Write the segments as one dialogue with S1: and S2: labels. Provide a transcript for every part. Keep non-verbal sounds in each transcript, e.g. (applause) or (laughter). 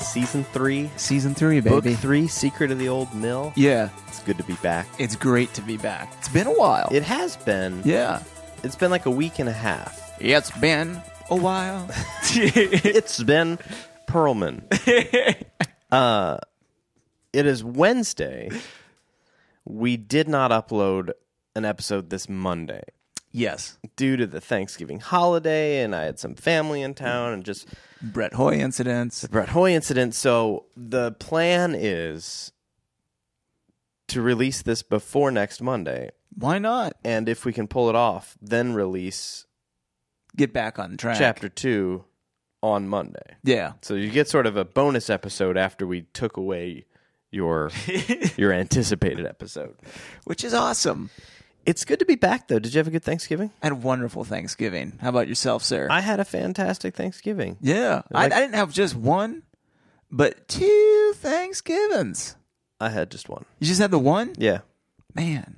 S1: season three,
S2: Season three,
S1: book
S2: baby.
S1: three, Secret of the Old Mill.
S2: Yeah,
S1: It's good to be back.
S2: it's great to be back. It's been a while.
S1: It has been.
S2: yeah.
S1: It's been like a week and a half.
S2: Yeah, it's been a
S1: (laughs)
S2: while.
S1: It's been
S2: (laughs)
S1: Perlman. uh, it is Wednesday. We did not upload an episode this Monday
S2: yes.
S1: due to the Thanksgiving holiday, and I had some family in town and just
S2: Brett Hoy incidents.
S1: Brett Hoy incident. So the plan is to release this before next Monday,
S2: Why not
S1: and if we can pull it off, then release
S2: get back on track?
S1: chapter two on Monday.
S2: Yeah.
S1: So you get sort of a bonus episode after we took away your (laughs) your anticipated episode.
S2: Which is awesome.
S1: It's good to be back though. Did you have a good Thanksgiving?
S2: I had a wonderful Thanksgiving. How about yourself, sir?
S1: I had a fantastic Thanksgiving.
S2: yeah. I,
S1: Like-
S2: I didn't have just one, but two Thanksgivings.
S1: I had just one.
S2: You just had the one?
S1: Yeah.
S2: Man.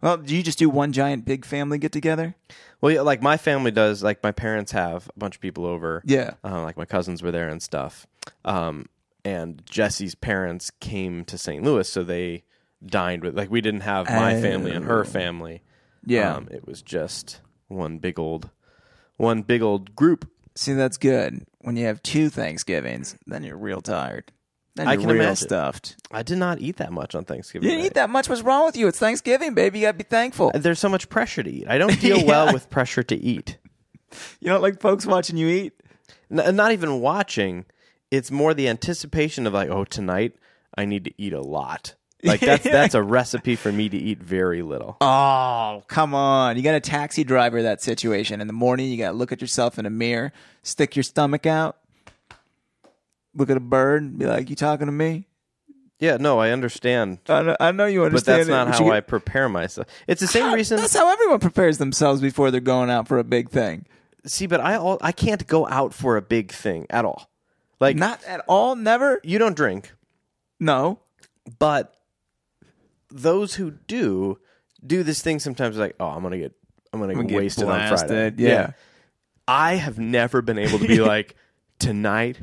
S2: Well, do you just do one giant big family get together?
S1: Well, yeah, like my family does, like my parents have a bunch of people over.
S2: Yeah.
S1: uh, like my cousins were there and stuff. Um, and Jesse's parents came to St. Louis, so they dined with like we didn't have my family and her family.
S2: Yeah.
S1: um, it was just one big old, one big old group.
S2: See, that's good. When you have two Thanksgivings, then you're real tired. Then
S1: I
S2: you're
S1: can
S2: real
S1: imagine.
S2: stuffed.
S1: I did not eat that much on Thanksgiving.
S2: You didn't
S1: night.
S2: eat that much. What's wrong with you? It's Thanksgiving, baby. You gotta be thankful.
S1: There's so much pressure to eat. I
S2: (laughs)
S1: don't deal well with pressure to eat.
S2: You don't like folks watching you eat.
S1: N- not even watching. It's more the anticipation of like, oh, tonight I need to eat a lot.
S2: (laughs)
S1: Like that's that's a recipe for me to eat very little.
S2: Oh, come on. You got a taxi driver that situation. In the morning, you gotta look at yourself in a mirror, stick your stomach out, look at a bird, and be like, "You talking to me?
S1: Yeah, no, I understand
S2: I know, I know you
S1: but
S2: understand."
S1: that's not
S2: it,
S1: how
S2: but you
S1: I
S2: get-
S1: prepare myself. It's the same reason.
S2: That's how everyone prepares themselves before they're going out for a big thing.
S1: See, but I all, I can't go out for a big thing at all. Like
S2: Not at all. Never.
S1: you don't drink,
S2: No.
S1: but those who do do this thing sometimes like, oh, I'm gonna get I'm gonna, get
S2: get
S1: wasted on Friday.
S2: blasted, yeah.
S1: I have never been able to
S2: (laughs)
S1: be like tonight.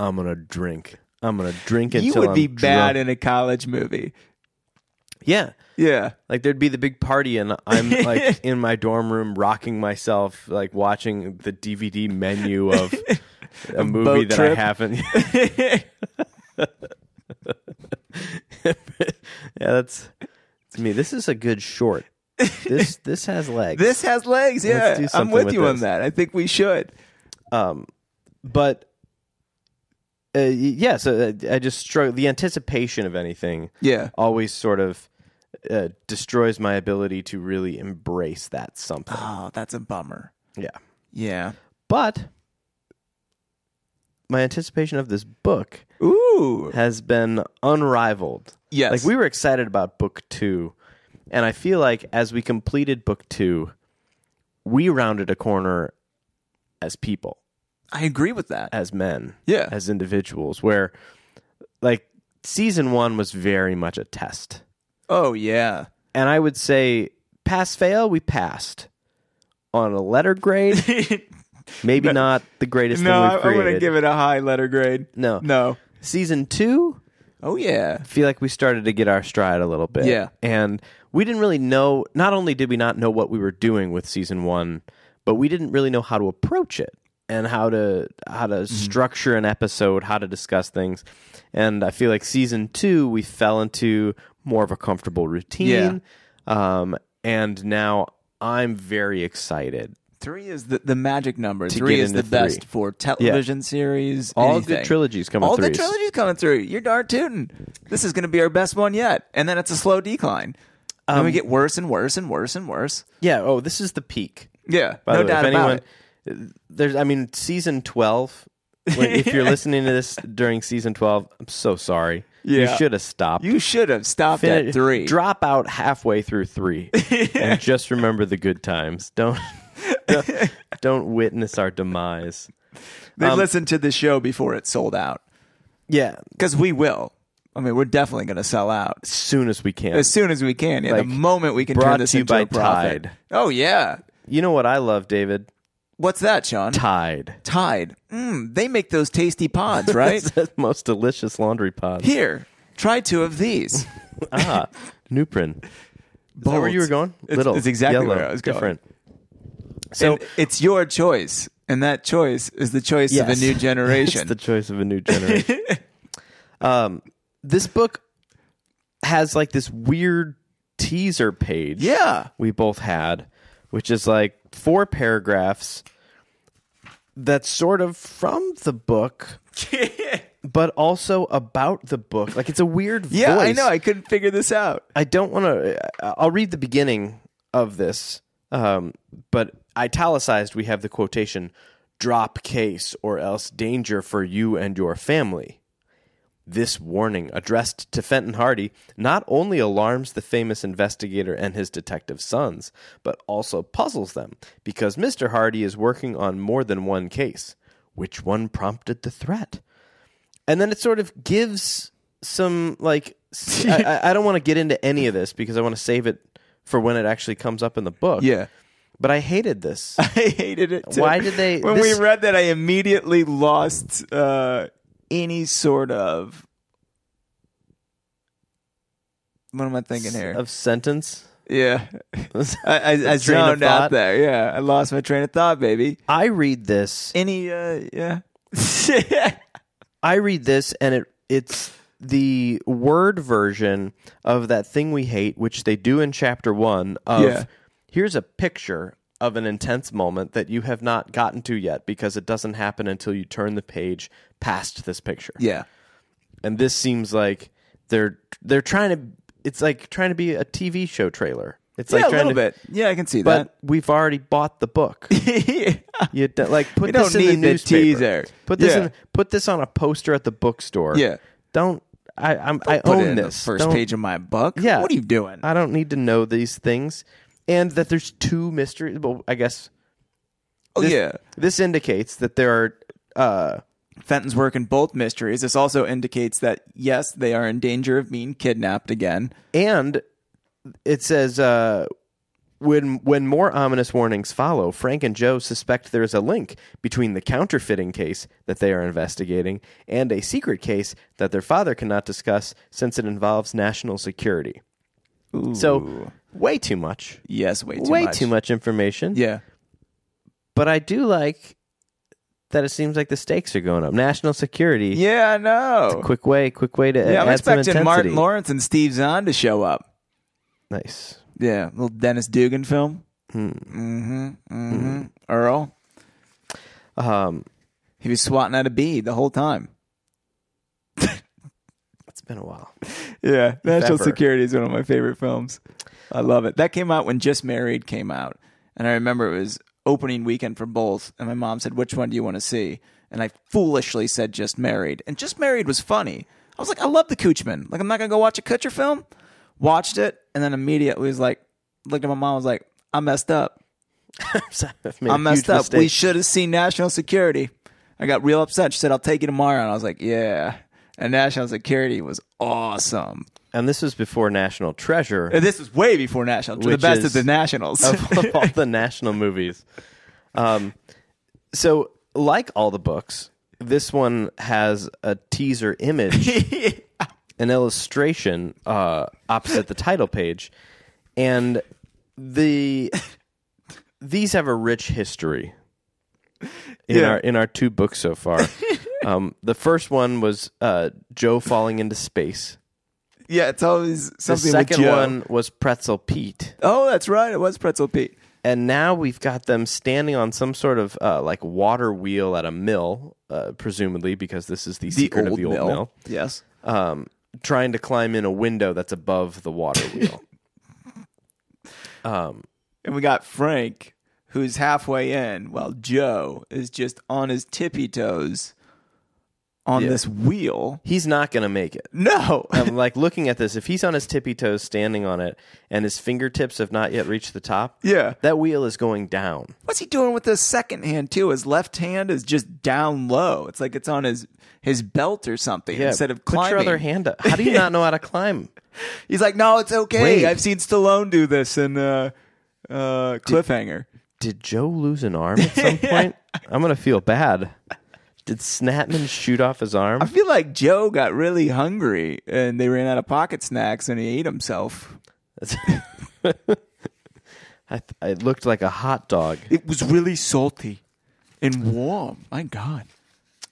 S1: I'm gonna drink. I'm gonna drink until
S2: You would
S1: I'm
S2: be bad
S1: drunk."
S2: in a college movie.
S1: yeah.
S2: Yeah.
S1: Like there'd be the big party, and I'm
S2: (laughs)
S1: like in my dorm room, rocking myself, like watching the DVD menu
S2: (laughs)
S1: of a movie
S2: boat
S1: that I
S2: trip. (laughs)
S1: haven't. (laughs) yeah, that's it's me. This is a good short.
S2: (laughs)
S1: This this has legs.
S2: This has legs.
S1: Let's do
S2: Yeah, I'm
S1: something
S2: with,
S1: with
S2: you on
S1: this.
S2: that. I think we should.
S1: um, but uh, y- yeah, so uh, I just struggle. The anticipation of anything
S2: Yeah.
S1: always sort of uh, destroys my ability to really embrace that something.
S2: Oh, that's a bummer.
S1: Yeah.
S2: Yeah.
S1: But my anticipation of this book
S2: Ooh.
S1: has been unrivaled.
S2: Yes.
S1: Like we were excited about book 2 and I feel like as we completed book 2 we rounded a corner as people,
S2: I agree with that.
S1: as men,
S2: Yeah.
S1: as individuals where like season 1 was very much a test.
S2: Oh yeah. (laughs)
S1: And I would say pass fail we passed on a letter grade,
S2: (laughs)
S1: maybe not the greatest
S2: no,
S1: thing
S2: I,
S1: we've
S2: I'm
S1: created.
S2: gonna give it a high letter grade.
S1: No.
S2: No.
S1: season two
S2: Oh yeah.
S1: I feel like we started to get our stride a little bit
S2: Yeah.
S1: and we didn't really know not only did we not know what we were doing with season one but we didn't really know how to approach it and how to how to structure an episode how to discuss things and i feel like season two we fell into more of a comfortable routine um, and now i'm very excited
S2: Three is the, the magic number.
S1: get
S2: Three is
S1: into
S2: the
S1: three.
S2: best for television series.
S1: all
S2: anything.
S1: good trilogies coming
S2: All
S1: through
S2: the trilogies coming through. You're darn tootin'. This is gonna be our best one yet. And then it's a slow decline. and
S1: Um,
S2: we get worse and worse and worse and worse.
S1: yeah oh this is the peak
S2: Yeah.
S1: By
S2: no
S1: the way,
S2: doubt
S1: if
S2: about
S1: anyone,
S2: it.
S1: there's, I mean, season twelve. When, if
S2: (laughs)
S1: you're listening to this during season twelve, I'm so sorry. you
S2: Yeah.
S1: should have stopped.
S2: You should have stopped
S1: Fini-
S2: at three.
S1: Drop out halfway through
S2: (laughs)
S1: three, and just remember the good times. Don't don't, don't witness our demise.
S2: they
S1: um,
S2: listened to the show before it sold out
S1: Yeah,
S2: because we will. I mean, we're definitely going to sell out
S1: as soon as we can.
S2: as soon as we can. Yeah,
S1: Like,
S2: the moment we can
S1: brought
S2: turn this
S1: to you
S2: into
S1: by
S2: a profit.
S1: Tide.
S2: Oh yeah,
S1: You know what I love, David?
S2: What's that, Sean?
S1: Tide.
S2: Tide. Mm, they make those tasty pods, right?
S1: (laughs) It's the most delicious laundry
S2: (laughs)
S1: pod.
S2: Here, try two
S1: (laughs)
S2: of these.
S1: ah, Nuprin. Is that where
S2: Bold.
S1: you were going?
S2: Oh, It's-
S1: Little.
S2: it's exactly
S1: yellow,
S2: where I was going.
S1: different.
S2: So
S1: So
S2: it's your choice, and that choice is the choice of
S1: Yes.
S2: a
S1: (laughs)
S2: new
S1: It's
S2: generation.
S1: the choice of a new generation. (laughs) um, this book has like this weird teaser page.
S2: yeah,
S1: we both had, which is like four paragraphs. That's sort of from the (laughs) book, but also about the book. Like it's a weird
S2: yeah,
S1: voice.
S2: I know. I couldn't figure this out.
S1: I don't want to. I'll read the beginning of this, um, but italicized, we have the quotation drop case or else danger for you and your family. This warning, addressed to Fenton Hardy, not only alarms the famous investigator and his detective sons, but also puzzles them because Mr. Hardy is working on more than one case. Which one prompted the threat? and then it sort of gives some like s- I, I- I don't want to get into any of this because I want to save it for when it actually comes up in the book.
S2: Yeah,
S1: but I hated this.
S2: (laughs) I hated it. Too.
S1: Why did they-
S2: When
S1: this-
S2: we read that, I immediately lost uh, any sort of. What am I thinking here?
S1: of sentence. (laughs)
S2: yeah, I, I, I
S1: Train of
S2: zoned out
S1: thought.
S2: there. Yeah, I lost my train of thought, baby.
S1: I read this.
S2: Any, uh, yeah. (laughs)
S1: I read this, and it it's the word version of that thing we hate, which they do in chapter one. Of
S2: Yeah.
S1: here's a picture of an intense moment that you have not gotten to yet because it doesn't happen until you turn the page past this picture.
S2: yeah.
S1: and this seems like they're they're trying to it's like trying to be a TV show trailer. It's like
S2: yeah, a
S1: trying to,
S2: little bit. Yeah, I can see
S1: but we've already bought the
S2: (laughs)
S1: book.
S2: that. (laughs)
S1: You d- like put
S2: We
S1: this
S2: don't
S1: in
S2: need
S1: the
S2: the
S1: newspaper.
S2: teaser.
S1: Put this
S2: Yeah.
S1: in put this on a poster at the bookstore.
S2: Yeah.
S1: Don't I I'm, I
S2: Put it
S1: own
S2: in
S1: this.
S2: the 1st
S1: Don't-
S2: page of my book.
S1: Yeah.
S2: What are you doing?
S1: I don't need to know these things and that there's two mysteries. Well, I guess
S2: oh
S1: this,
S2: yeah.
S1: This indicates that there are uh
S2: Fenton's work in both mysteries. This also indicates that yes, they are in danger of being kidnapped again.
S1: And it says uh, when when more ominous warnings follow, Frank and Joe suspect there is a link between the counterfeiting case that they are investigating and a secret case that their father cannot discuss since it involves national security. So, way too much.
S2: Yes, way too
S1: way
S2: much.
S1: too much information.
S2: Yeah.
S1: But I do like that it seems like the stakes are going up. National security.
S2: Yeah, I know.
S1: Quick way, quick way to
S2: Yeah, I'm
S1: add some
S2: expecting
S1: intensity.
S2: Martin Lawrence and Steve Zahn to show up.
S1: Nice.
S2: Yeah, little Dennis Dugan film.
S1: Hmm.
S2: Mm-hmm. Mm-hmm. Earl,
S1: Um,
S2: he was swatting at a bee the whole time.
S1: it's been a (laughs) while.
S2: Yeah, National
S1: ever.
S2: Security is one of my favorite films. I love it. That came out when Just Married came out, and I remember it was opening weekend for both. And my mom said, "Which one do you want to see?" And I foolishly said Just Married, and Just Married was funny. I was like, "I love the Coochman. Like, I'm not gonna go watch a Kutcher film." Watched it, and then immediately was like, looked at my mom, was like, "I messed up.
S1: I've made a
S2: I messed
S1: huge
S2: up. We
S1: mistake.
S2: should have seen National Security." I got real upset. She said, "I'll take you tomorrow," and I was like, "Yeah." And National Security was awesome.
S1: And this was before National Treasure
S2: And Uh, this was way before Nationals. to The
S1: Which
S2: best
S1: is-
S2: of the Nationals.
S1: of,
S2: (laughs)
S1: of all the national movies. Um, so, like all the books, this one has a teaser image, an illustration uh, opposite the title page, and the these have a rich history in
S2: Yeah.
S1: our in our two books so far. um, the first one was uh, Joe falling into space.
S2: yeah, it's always
S1: The
S2: something. with
S1: second
S2: Joe.
S1: one was Pretzel Pete.
S2: Oh, that's right. It was Pretzel Pete.
S1: and now we've got them standing on some sort of uh, like water wheel at a mill, uh, presumably because this is the, secret of the old mill.
S2: Yes.
S1: um, trying to climb in a window that's above the water wheel. um,
S2: And we got Frank, who's halfway in, while Joe is just on his tippy toes on
S1: Yeah.
S2: this wheel.
S1: he's not going to make it.
S2: No. (laughs)
S1: I'm like looking at this. If he's on his tippy toes standing on it, and his fingertips have not yet reached the top,
S2: yeah.
S1: that wheel is going down.
S2: What's he doing with his second hand too? His left hand is just down low. It's like it's on his his belt or something instead of climbing.
S1: put your other hand up. How
S2: (laughs)
S1: do you not know how to climb?
S2: He's like, no, it's okay.
S1: Wait.
S2: I've seen Stallone do this in uh, uh, Cliffhanger.
S1: did Joe lose an arm at
S2: (laughs)
S1: some point? I'm gonna feel bad. Did Snapman shoot off his arm?
S2: I feel like Joe got really hungry and they ran out of pocket snacks and he ate himself.
S1: (laughs) I th- it looked like a hot dog.
S2: It was really salty and warm. My God.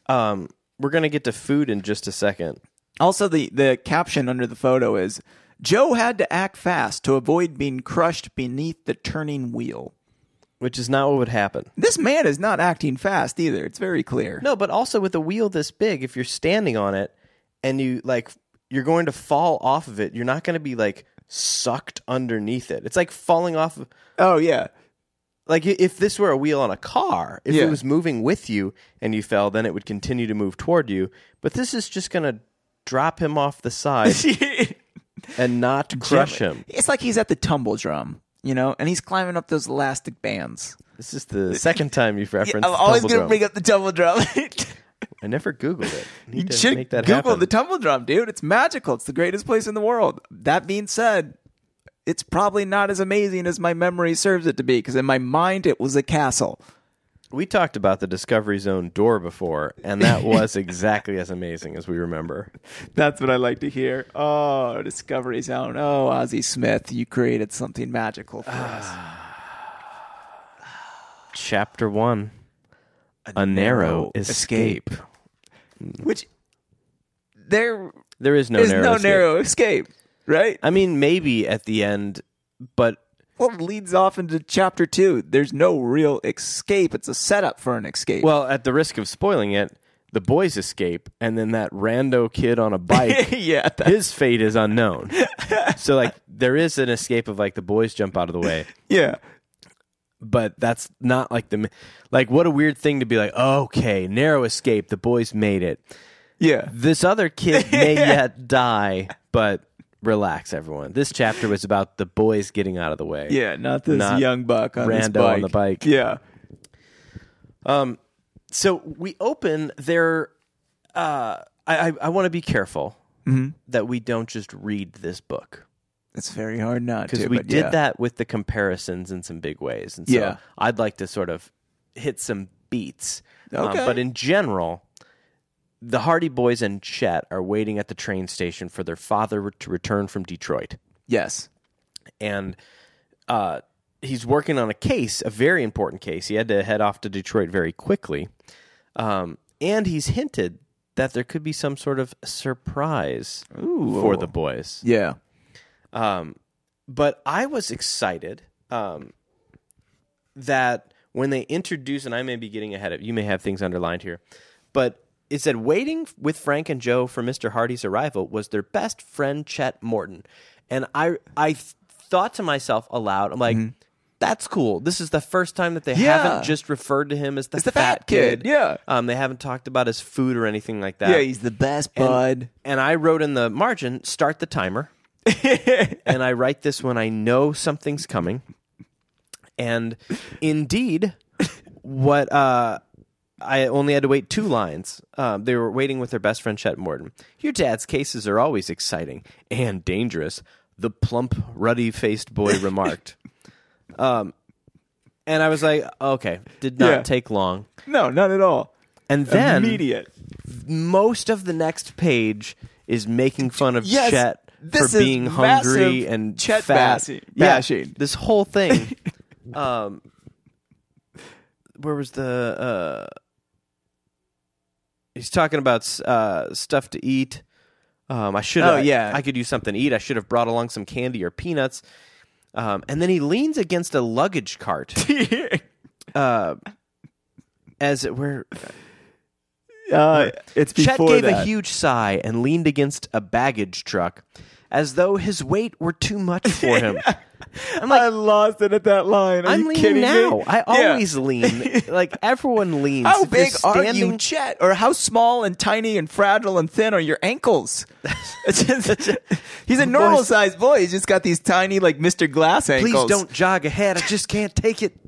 S1: Um, we're gonna get to food in just a second.
S2: Also, the, the caption under the photo is Joe had to act fast to avoid being crushed beneath the turning wheel.
S1: which is not what would happen.
S2: This man is not acting fast either. It's very clear.
S1: No, but also with a wheel this big, if you're standing on it and you like you're going to fall off of it, you're not going to be like sucked underneath it. It's like falling off of-
S2: Oh, yeah. (laughs)
S1: like i- if this were a wheel on a car, if
S2: Yeah.
S1: it was moving with you and you fell, then it would continue to move toward you, but this is just going to drop him off the
S2: (laughs)
S1: side and not crush him.
S2: It's like he's at the tumble drum, you know, and he's climbing up those elastic bands.
S1: This is the second time you've referenced
S2: I'm
S1: tumble
S2: always going to
S1: drum.
S2: bring up the tumble drum. (laughs)
S1: I never googled it. I Need
S2: you
S1: to
S2: should
S1: make that
S2: Google
S1: happen.
S2: the tumble drum, dude. It's magical. It's the greatest place in the world. That being said, it's probably not as amazing as my memory serves it to be because in my mind it was a castle.
S1: We talked about the Discovery Zone door before, and that (laughs) was exactly as amazing as we remember.
S2: That's what I like to hear. Oh, Discovery Zone. Oh, Ozzy Smith, you created something magical for
S1: Ah.
S2: us.
S1: Chapter one A narrow escape.
S2: Which there
S1: There is no
S2: is
S1: narrow
S2: no
S1: escape.
S2: narrow escape, right?
S1: I mean, maybe at the end, but
S2: Well, it leads off into chapter two. There's no real escape. It's a setup for an escape.
S1: well, at the risk of spoiling it, the boys escape, and then that rando kid on a
S2: (laughs)
S1: bike,
S2: (laughs) yeah, that,
S1: his fate is unknown. so, like, there is an escape of like the boys jump out of the way,
S2: yeah.
S1: but that's not like the like what a weird thing to be like. Okay, narrow escape. The boys made it.
S2: Yeah.
S1: this other
S2: (laughs)
S1: kid may yet die, but relax, everyone. This chapter was about the boys getting out of the way.
S2: Yeah, not this
S1: Not
S2: young buck on this
S1: rando
S2: bike.
S1: on the bike.
S2: Yeah.
S1: So we open there. Uh, I I, I want to be careful
S2: Mm-hmm.
S1: that we don't just read this book
S2: It's very hard not to.
S1: because we
S2: but
S1: did
S2: yeah.
S1: that with the comparisons in some big ways, and so
S2: Yeah.
S1: I'd like to sort of hit some beats. Um,
S2: Okay.
S1: but in general. The Hardy Boys and Chet are waiting at the train station for their father to return from Detroit.
S2: Yes.
S1: and uh, he's working on a case, a very important case. He had to head off to Detroit very quickly, um, and he's hinted that there could be some sort of surprise for the boys.
S2: Yeah.
S1: Um, but I was excited um, that when they introduce, and I may be getting ahead of you, may have things underlined here, but it said waiting with Frank and Joe for Mr. Hardy's arrival was their best friend Chet Morton, and I I th- thought to myself aloud, I'm like. That's cool. This is the first time that they
S2: Mm-hmm. Yeah.
S1: haven't just referred to him as the,
S2: the fat kid, yeah.
S1: Um, they haven't talked about his food or anything like that.
S2: Yeah, he's the best bud.
S1: and I wrote in the margin, start the timer and I write this when I know something's coming. And indeed, what uh, I only had to wait two lines. Um, they were waiting with their best friend Chet Morton. Your dad's cases are always exciting and dangerous. The plump, ruddy-faced boy remarked. um, and I was like, okay, did not
S2: Yeah.
S1: take long.
S2: No, not at all.
S1: And then
S2: Immediate. (laughs)
S1: most of the next page is making fun of
S2: Yes,
S1: Chet
S2: this
S1: for
S2: is
S1: being hungry
S2: massive
S1: and
S2: Chet
S1: fat.
S2: bassi-
S1: Yeah,
S2: bashing.
S1: this whole
S2: (laughs)
S1: thing. um, where was the? Uh, he's talking about uh, stuff to eat. Um, I should.
S2: Oh, yeah.
S1: I could use something to eat. I should have brought along some candy or peanuts. Um, and then he leans against a luggage cart uh, as it were.
S2: uh, it's
S1: Chet
S2: before
S1: gave
S2: that.
S1: a huge sigh and leaned against a baggage truck as though his weight were too much for
S2: (laughs)
S1: him. I'm
S2: I
S1: like,
S2: lost it at that line. Are
S1: I'm
S2: you
S1: leaning
S2: kidding
S1: now.
S2: Me?
S1: I
S2: Yeah.
S1: always lean.
S2: (laughs)
S1: Like, everyone leans.
S2: How
S1: If you're
S2: big are you,
S1: standing-
S2: Chet? Or how small and tiny and fragile and thin are your (laughs) ankles? It's just- he's a normal
S1: Boys-
S2: sized boy. He's just got these tiny, like Mr. Glass ankles.
S1: Please don't jog ahead. I just can't take
S2: (laughs)
S1: it.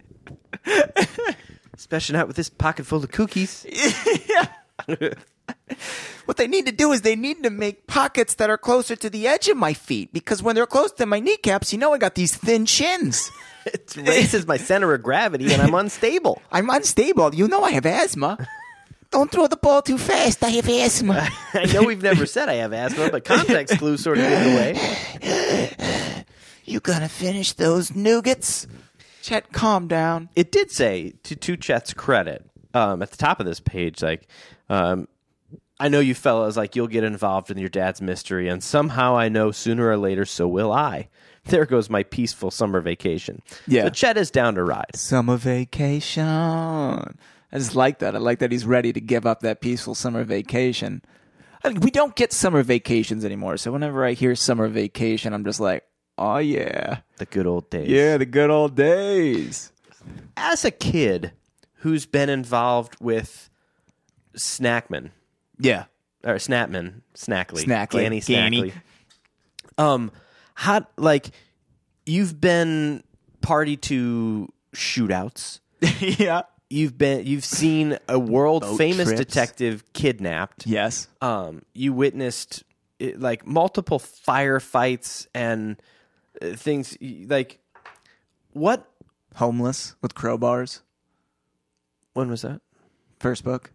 S1: Especially not with this pocket full of cookies.
S2: What they need to do is they need to make pockets that are closer to the edge of my feet because when they're close to my kneecaps, you know I got these thin shins.
S1: it raises my center of gravity
S2: (laughs)
S1: and I'm unstable.
S2: I'm unstable. You know I have asthma. Don't throw the ball too fast. I have (laughs) asthma.
S1: I know we've never said I have asthma, but context clues sort of give it away.
S2: You gonna finish those nougats? Chet, calm down.
S1: It did say to, to Chet's credit um, at the top of this page, like, um, I know you fellas, like, you'll get involved in your dad's mystery, and somehow I know sooner or later, so will I. (laughs) There goes my peaceful summer vacation.
S2: Yeah.
S1: So Chet is down to ride.
S2: Summer vacation. I just like that. I like that he's ready to give up that peaceful summer vacation. I mean, we don't get summer vacations anymore, so whenever I hear summer vacation, I'm just like, oh yeah,
S1: The good old days.
S2: yeah, the good old days.
S1: As a kid who's been involved with Snackman,
S2: Yeah, (laughs)
S1: or Snapman, Snackly,
S2: Snackly.
S1: Ganny
S2: Ganny.
S1: Snackly. Um, how like you've been party to shootouts.
S2: yeah,
S1: You've been you've seen a world famous
S2: trips.
S1: detective kidnapped.
S2: yes,
S1: Um, you witnessed eh, like multiple firefights and eh, things y- like what?
S2: homeless with crowbars.
S1: When was that?
S2: First book,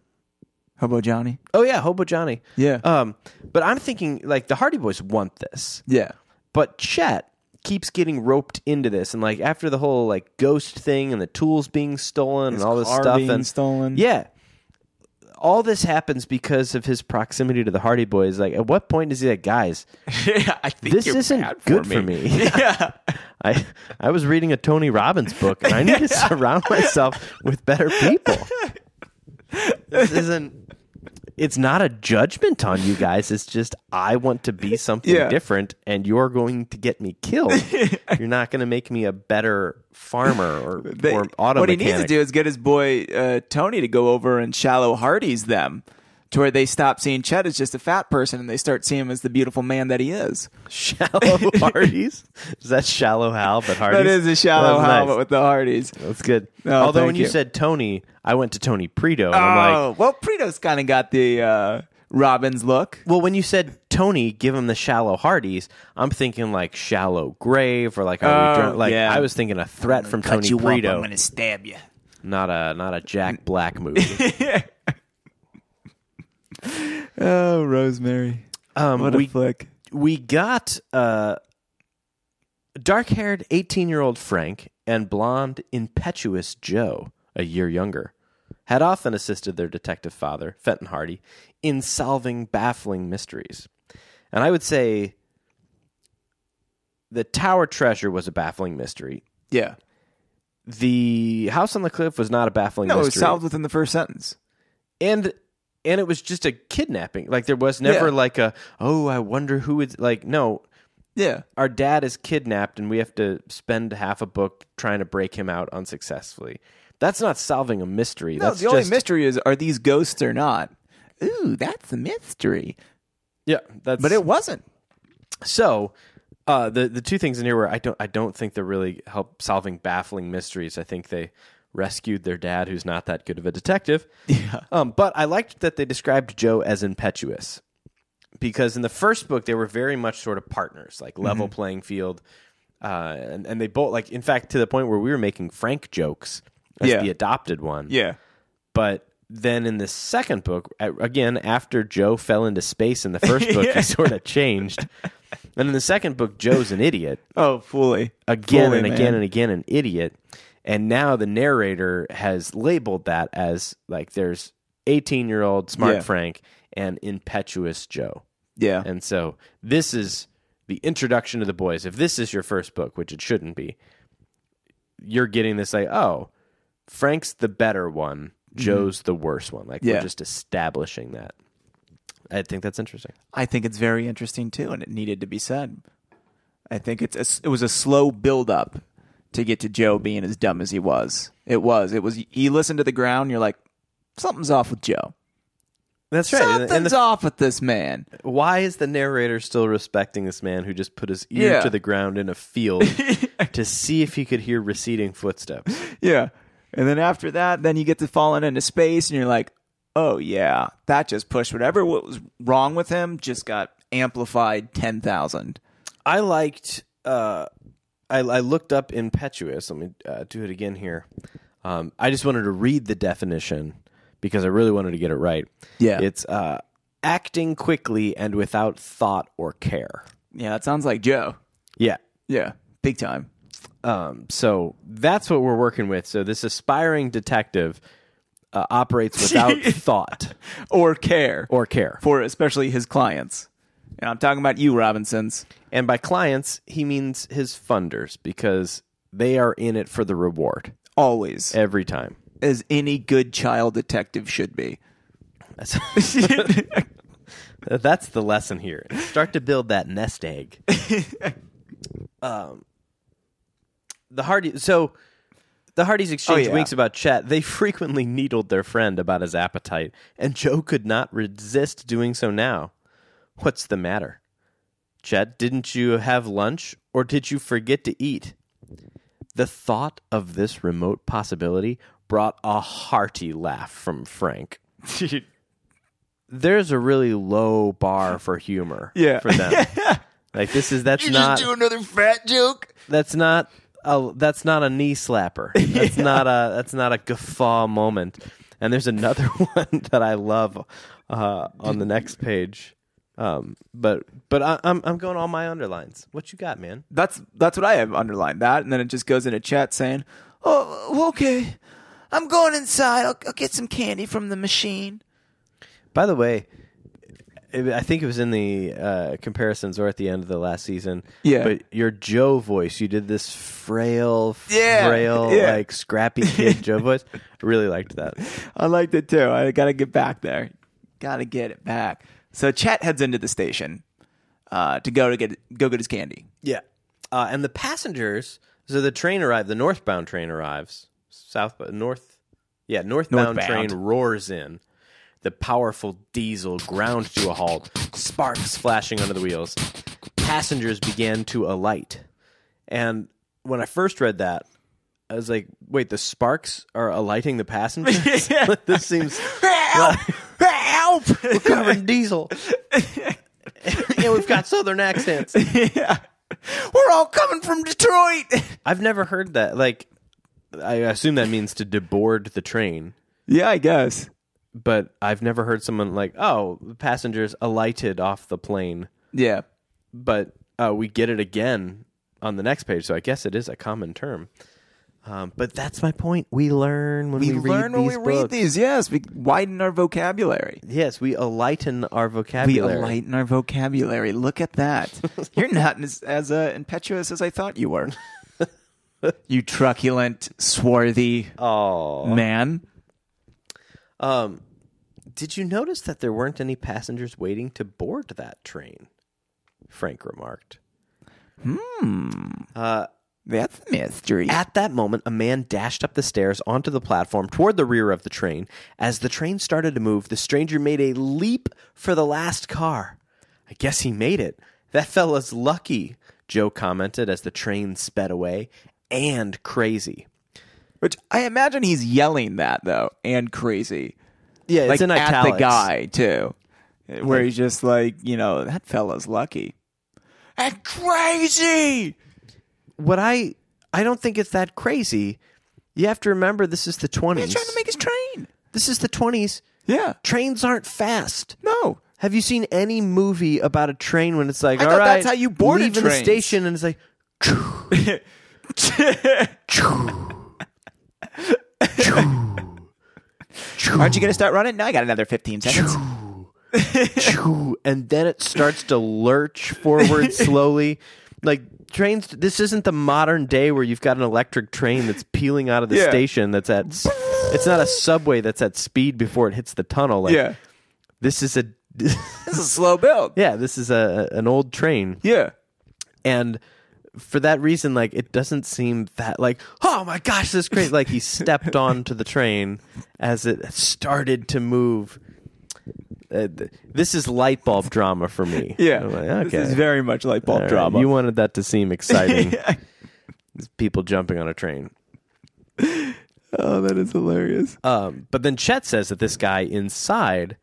S2: Hobo Johnny. Uh,
S1: Oh yeah, Hobo Johnny.
S2: Yeah,
S1: Um, but I'm thinking like the Hardy Boys want this.
S2: yeah,
S1: But Chet keeps getting roped into this, and like after the whole like ghost thing and the tools being stolen and all this
S2: car
S1: stuff,
S2: being
S1: and
S2: stolen.
S1: yeah, all this happens because of his proximity to the Hardy Boys. Like, at what point is he like, guys,
S2: (laughs) yeah. I think
S1: this
S2: you're
S1: isn't
S2: bad
S1: good for me?
S2: (laughs) yeah,
S1: I I was reading a Tony Robbins book, and I
S2: (laughs)
S1: need to surround myself with better people. This isn't. It's not a judgment on you guys. It's just I want to be something
S2: Yeah.
S1: different, and you're going to get me
S2: (laughs)
S1: killed. you're not going to make me a better farmer or,
S2: They-
S1: or auto
S2: what he
S1: mechanic.
S2: needs to do is get his boy uh, Tony to go over and shallow Hardy's them to where they stop seeing Chet as just a fat person and they start seeing him as the beautiful man that he is.
S1: shallow
S2: (laughs)
S1: Hardee's. Is that shallow Hal? But Hardee's
S2: That is a shallow
S1: That was
S2: how
S1: nice.
S2: but with the Hardys.
S1: That's good.
S2: Oh,
S1: Although
S2: thank
S1: when you.
S2: you.
S1: said Tony, I went to Tony Preto, and I'm like,
S2: Oh, well, Prito's kind of got the uh, Robbins look.
S1: Well, when you said Tony, give him the shallow Hardys, I'm thinking like shallow grave or like are we
S2: Oh,
S1: drunk? like
S2: yeah.
S1: I was thinking a threat from Tony Brito,
S2: to stab you.
S1: not a not a Jack Black movie.
S2: Oh, Rosemary.
S1: Um,
S2: What a
S1: we
S2: flick.
S1: we got uh, dark haired 18 year old Frank and blonde impetuous Joe, a year younger, had often assisted their detective father Fenton Hardy in solving baffling mysteries, and I would say. The tower treasure was a baffling mystery,
S2: Yeah.
S1: the house on the cliff was not a baffling
S2: No, it was
S1: mystery,
S2: solved within the first sentence.
S1: and and it was just a kidnapping. Like there was never
S2: Yeah.
S1: like a oh, I wonder who it's like. No,
S2: Yeah.
S1: our dad is kidnapped, and we have to spend half a book trying to break him out unsuccessfully. That's not solving a mystery.
S2: No,
S1: That's
S2: the only
S1: just,
S2: mystery is are these ghosts or not? Ooh, that's a mystery.
S1: Yeah, that's
S2: But it wasn't.
S1: So, uh, the the two things in here where I don't I don't think they're really help solving baffling mysteries. I think they rescued their dad, who's not that good of a detective. Yeah. Um, but I liked that they described Joe as impetuous because in the first book they were very much sort of partners, like level playing field, uh, and and they both like in fact to the point where we were making Frank jokes as
S2: Yeah.
S1: the adopted one.
S2: Yeah.
S1: But then in the second book, a- again, after Joe fell into space in the first
S2: (laughs)
S1: book, he sort of changed. And in the second book, Joe's an
S2: (laughs)
S1: idiot
S2: Oh, fully.
S1: again
S2: Fully,
S1: and
S2: man.
S1: again and again, an idiot. And now the narrator has labeled that as like there's 18 year old smart
S2: Yeah.
S1: Frank and impetuous Joe.
S2: Yeah.
S1: And so this is the introduction to the boys. If this is your first book, which it shouldn't be, you're getting this like, oh, Frank's the better one, Joe's the worse one. Like
S2: Yeah.
S1: we're just establishing that. I think that's interesting.
S2: I think it's very interesting too, and it needed to be said. I think it's a, it was a slow build up to get to Joe being as dumb as he was. It was. It was. You listen to the ground. You're like, something's off with Joe.
S1: That's
S2: Something's off with this man.
S1: why is the narrator still respecting this man who just put his ear
S2: Yeah.
S1: to the ground in a (laughs) field to see if he could hear receding footsteps?
S2: Yeah. And then after that, then you get to falling into space, and you're like, oh yeah, that just pushed whatever what was wrong with him just got amplified ten thousand.
S1: I liked uh I, I looked up impetuous. Let me uh, do it again here. Um, I just wanted to read the definition because I really wanted to get it right.
S2: Yeah.
S1: It's uh, acting quickly and without thought or care.
S2: Yeah, it sounds like Joe.
S1: Yeah.
S2: Yeah, big time.
S1: Um, so that's what we're working with. So this aspiring detective uh, operates without thought
S2: Or care
S1: or care.
S2: for especially his clients. And I'm talking about you, Robinsons.
S1: And by clients, he means his funders because they are in it for the reward
S2: Always,
S1: every time.
S2: as any good child detective should be. (laughs)
S1: That's, (laughs) that's the lesson here. Start to build that nest egg. um, the Hardy so the Hardys exchanged
S2: yeah.
S1: winks about Chet. They (laughs) frequently needled their friend about his appetite, and Joe could not resist doing so now. What's the matter? Chet, didn't you have lunch or did you forget to eat? The thought of this remote possibility brought a hearty laugh from
S2: (laughs)
S1: Frank there's a really low bar for humor
S2: (laughs) Yeah.
S1: for them. like this is that's not
S2: another fat joke.
S1: that's not a that's not a knee
S2: (laughs)
S1: slapper. That's not a that's not a guffaw moment. And there's another (laughs) one that I love uh, on the next page. Um, but but I, I'm I'm going all my underlines. What you got, man?
S2: That's that's what I have underlined that, and then it just goes into chat saying, "Oh, okay, I'm going inside. I'll, I'll get some candy from the machine."
S1: By the way, it- I think it was in the uh, comparisons or at the end of the last season.
S2: Yeah.
S1: But your Joe voice, you did this frail,
S2: Yeah,
S1: frail,
S2: yeah.
S1: like scrappy kid Joe
S2: (laughs)
S1: voice. I really liked that.
S2: I liked it too. I got to get back there. Got to get it back. So Chet heads into the station uh, to go to get go get his candy.
S1: Yeah. Uh, and the passengers, so the train arrived, the northbound train arrives, south, uh, north, yeah, northbound,
S2: Northbound.
S1: train roars in. The powerful diesel ground to a halt, sparks flashing under the wheels. Passengers began to alight. And when I first read that, I was like, wait, the sparks are alighting the passengers? (laughs) this seems
S2: (laughs) Help! Help! (laughs)
S1: covered diesel. (laughs) and we've got southern accents.
S2: yeah. We're all coming from Detroit.
S1: I've never heard that. Like, I assume that means to deboard the train,
S2: yeah, I guess.
S1: but I've never heard someone like, "Oh, the passengers alighted off the plane."
S2: Yeah.
S1: But uh, we get it again on the next page, so I guess it is a common term. Um, but that's my point. We learn when we,
S2: We,
S1: read
S2: learn when we
S1: these
S2: read
S1: books.
S2: these. Yes, we widen our vocabulary.
S1: Yes, we enlighten our
S2: We
S1: vocabulary.
S2: enlighten our vocabulary. Look
S1: (laughs)
S2: at that. You're not as, as uh, impetuous as I thought you were. you truculent, swarthy
S1: Oh,
S2: man.
S1: um, did you notice that there weren't any passengers waiting to board that train? Frank remarked.
S2: That's a mystery.
S1: At that moment, a man dashed up the stairs onto the platform toward the rear of the train. As the train started to move, the stranger made a leap for the last car. I guess he made it. That fella's lucky, Joe commented as the train sped away. And crazy.
S2: Which I imagine he's yelling that though, and crazy.
S1: Yeah,
S2: like at the guy too, where he's just like, you know, that fella's lucky and crazy.
S1: What I I don't think it's that crazy. You have to remember this is the
S2: He's
S1: twenties.
S2: trying to make his train.
S1: This is the twenties.
S2: Yeah,
S1: Trains aren't fast.
S2: no,
S1: Have you seen any movie about a train when it's like,
S2: I
S1: all
S2: thought
S1: right,
S2: that's how you boarded
S1: leaving
S2: trains.
S1: the station, and it's like,
S2: (laughs) aren't you gonna start running? No, I got another fifteen seconds.
S1: choo, and then it starts to lurch
S2: (laughs)
S1: forward slowly. Like trains, this isn't the modern day where you've got an electric train that's peeling out of the
S2: Yeah.
S1: station. That's at, s- it's not a subway that's at speed before it hits the tunnel. Like
S2: (laughs) yeah,
S1: this is a, (laughs)
S2: this is a slow build.
S1: yeah, this is a an old train.
S2: Yeah,
S1: and for that reason like it doesn't seem that like oh my gosh this is great like he stepped onto the train as it started to move uh, th- this is light bulb drama for me
S2: yeah.
S1: I'm like, okay
S2: This is very much like bulb
S1: All right,
S2: drama. (laughs)
S1: you wanted that to seem exciting It's people jumping on a train
S2: oh, that is hilarious.
S1: um, but then chet says that this guy inside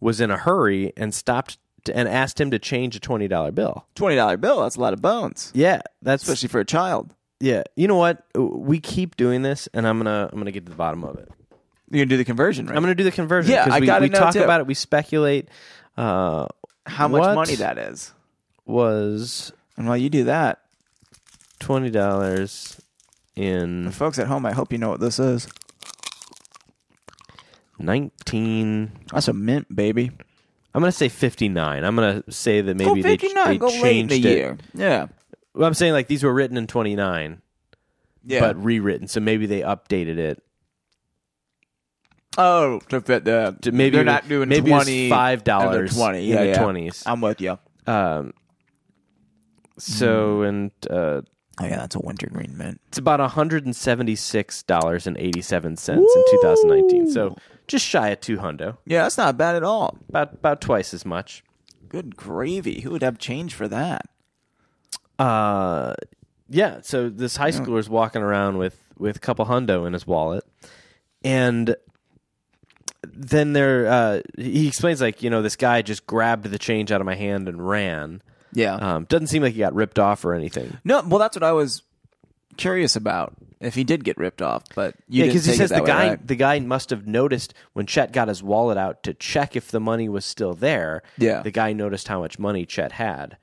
S1: was in a hurry and stopped to, and asked him to change a twenty dollar bill.
S2: Twenty dollar bill. That's a lot of bones,
S1: Yeah, that's
S2: especially for a child.
S1: yeah. You know what? We keep doing this, and I'm gonna I'm gonna get to the bottom of it.
S2: You're gonna do the conversion, right?
S1: I'm gonna do the conversion.
S2: Yeah,
S1: 'cause
S2: I
S1: we,
S2: gotta
S1: we
S2: know,
S1: talk
S2: too.
S1: about it. We speculate. Uh,
S2: How much
S1: What?
S2: money that is?
S1: was
S2: And while you do that,
S1: twenty dollars in
S2: folks at home, I hope you know what this is.
S1: nineteen?
S2: That's a mint, baby.
S1: I'm gonna say fifty nine. I'm gonna say that maybe they, ch- they
S2: go late in
S1: changed
S2: the
S1: it.
S2: year. Yeah,
S1: Well, I'm saying like these were written in twenty nine,
S2: yeah.
S1: but rewritten. So maybe they updated it.
S2: oh, to fit the
S1: To- maybe
S2: they're
S1: it was-
S2: not doing
S1: maybe it was
S2: twenty
S1: $5
S2: and they're Twenty,
S1: in
S2: yeah,
S1: the
S2: yeah.
S1: 20s.
S2: I'm with you.
S1: Um,
S2: Hmm.
S1: so and uh,
S2: Oh yeah, that's a wintergreen mint.
S1: it's about one hundred and seventy six dollars and eighty seven cents in two thousand nineteen. So just shy of two hundo,
S2: Yeah, that's not bad at all.
S1: about about twice as much.
S2: Good gravy. Who would have change for that?
S1: Uh, yeah. So this high schooler's walking around with with a couple hundo in his wallet, and then there uh, he explains like you know this guy just grabbed the change out of my hand and ran.
S2: Yeah.
S1: Um, doesn't seem like he got ripped off or anything.
S2: Uh, no, well, that's what I was curious about. If he did get ripped off, but
S1: Yeah,
S2: you didn't
S1: because he
S2: take it
S1: says the
S2: that way,
S1: guy
S2: right?
S1: the guy must have noticed when Chet got his wallet out to check if the money was still there.
S2: Yeah.
S1: the guy noticed how much money Chet had,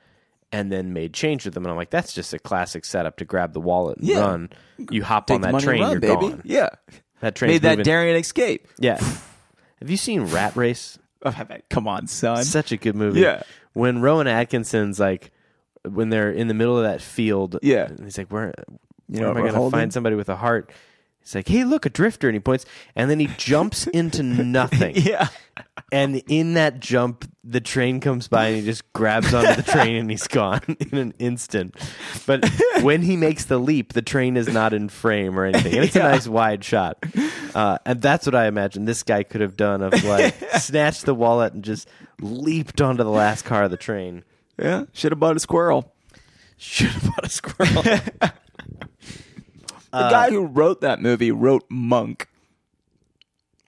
S1: and then made change with him. And I'm like, that's just a classic setup to grab the wallet and
S2: Yeah.
S1: run. You hop
S2: Take
S1: on
S2: the
S1: that
S2: money and
S1: train,
S2: run,
S1: you're
S2: baby.
S1: gone.
S2: Yeah,
S1: That train
S2: made that Darien escape. (laughs)
S1: Yeah. Have you seen Rat Race?
S2: Come on, son.
S1: Such a good movie.
S2: Yeah.
S1: When Rowan Atkinson's like, when they're in the middle of that field.
S2: Yeah.
S1: And he's like, where,
S2: know
S1: where am
S2: what
S1: I
S2: we're
S1: going to
S2: holding?
S1: find somebody with a heart? He's like, hey, look, a drifter. And he points, and then he jumps
S2: (laughs)
S1: into nothing.
S2: (laughs) Yeah.
S1: And in that jump, the train comes by and he just grabs onto the train and he's gone (laughs) in an instant. (laughs) But when he makes the leap, the train is not in frame or anything. And it's a nice wide shot. Uh, and that's what I imagine this guy could have done of (laughs) like snatched the wallet and just leaped onto the last car of the train.
S2: Yeah. Should have bought a (laughs) squirrel.
S1: Should have bought a
S2: (laughs)
S1: squirrel.
S2: The guy who wrote that movie wrote Monk.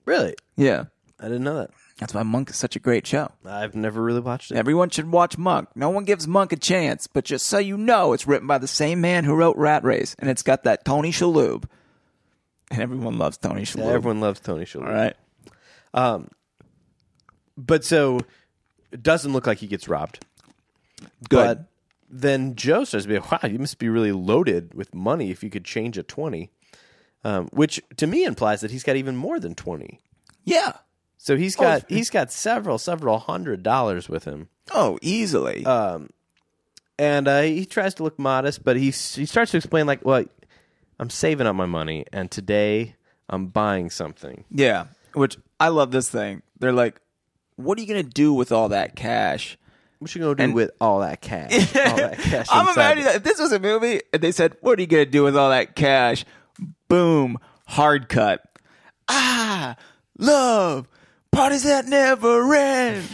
S1: really?
S2: Yeah.
S1: I didn't know that.
S2: That's why Monk is such a great show.
S1: I've never really watched it.
S2: Everyone should watch Monk. No one gives Monk a chance, but just so you know, it's written by the same man who wrote Rat Race, and it's got that Tony Shalhoub. And everyone loves Tony Shalhoub.
S1: Everyone loves Tony Shalhoub.
S2: All right.
S1: But so it doesn't look like he gets robbed.
S2: Good.
S1: But then Joe starts to be, wow, you must be really loaded with money if you could change a 20, um, which to me implies that he's got even more than 20.
S2: yeah.
S1: So he's got he's got several several hundred dollars with him,
S2: Oh, easily.
S1: and uh, he tries to look modest, but he s- he starts to explain like, "Well, I'm saving up my money, and today I'm buying something."
S2: yeah. Which I love this thing. They're like, what are you going to do with all that cash?
S1: What you gonna do with all that
S2: (laughs)
S1: cash? all that cash
S2: I'm
S1: inside
S2: imagining that if this was a movie and they said, "What are you gonna do with all that cash?" Boom, hard cut. Ah, love parties that
S1: (laughs)
S2: never end.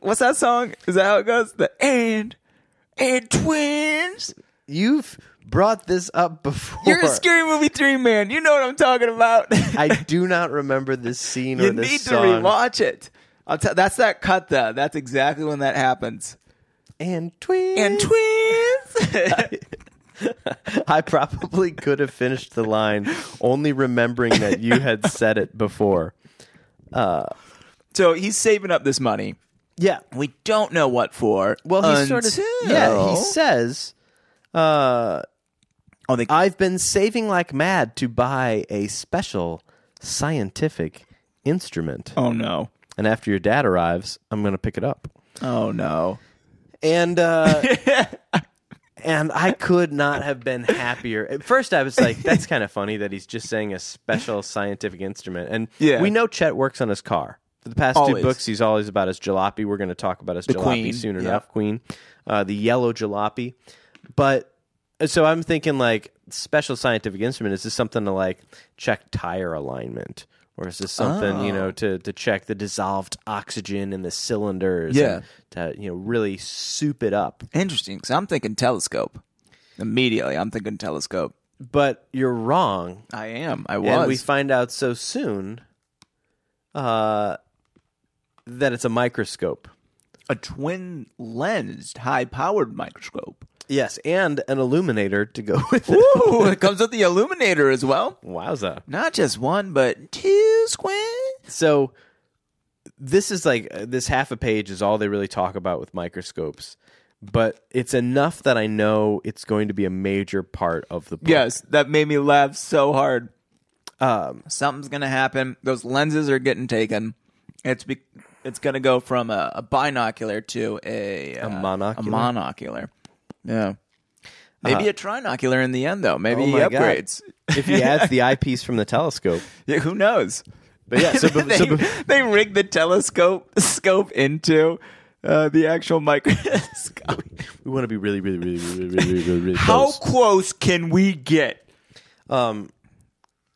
S2: What's that song? Is that how it goes? The and and twins.
S1: You've brought this up before.
S2: You're a scary movie three man. You know what I'm talking about. (laughs)
S1: I do not remember this scene
S2: you
S1: or this
S2: need to
S1: song.
S2: rewatch it. I'll tell. That's that cut though. That's exactly when that happens.
S1: and twin
S2: And
S1: Eh.
S2: twins.
S1: (laughs)
S2: (laughs)
S1: I probably could have finished the line only remembering that you had said it before.
S2: so he's saving up this money.
S1: Yeah.
S2: We don't know what for.
S1: Well, he sort of yeah. He says, uh,
S2: oh, they,
S1: "I've been saving like mad to buy a special scientific instrument,
S2: oh no,
S1: and after your dad arrives, I'm going to pick it up."
S2: oh no.
S1: and
S2: (laughs)
S1: uh, and I could not have been happier. At first, I was like, "That's kind of funny that he's just saying a special scientific instrument." And
S2: Yeah.
S1: we know Chet works on his car. For the past
S2: Always.
S1: two books, he's always about his jalopy. We're going to talk about his jalopy
S2: Queen,
S1: soon
S2: yeah.
S1: enough, Queen, uh, the yellow jalopy. But so I'm thinking, like, special scientific instrument is this something to like check tire alignment? Or is this something you
S2: Oh.
S1: know to, to check the dissolved oxygen in the cylinders?
S2: Yeah.
S1: and to you know really soup it up.
S2: Interesting, because I'm thinking telescope. Immediately, I'm thinking telescope.
S1: But you're wrong,
S2: I am. I
S1: and
S2: was.
S1: we find out so soon uh, that it's a microscope.
S2: a twin lensed, high powered microscope.
S1: Yes, and an illuminator to go (laughs) with it.
S2: Ooh, it comes with the illuminator as well.
S1: Wowza.
S2: Not just one, but two squints.
S1: So this is like uh, this half a page is all they really talk about with microscopes, but it's enough that I know it's going to be a major part of the book.
S2: Yes, that made me laugh so hard. Um, Something's gonna happen. Those lenses are getting taken. It's be- it's gonna go from a, a binocular to a uh,
S1: monocular?
S2: A monocular. Uh-huh. Yeah. Maybe a trinocular in the end, though. Maybe
S1: Oh
S2: he
S1: my God.
S2: upgrades. (laughs)
S1: If he adds the eyepiece from the telescope,
S2: Yeah, who knows?
S1: But yeah,
S2: (laughs)
S1: so bef-
S2: they,
S1: so bef-
S2: they rig the telescope scope into uh, the actual microscope.
S1: we want to be really, really, really, really, really, really, really, really
S2: How
S1: close.
S2: close can we get?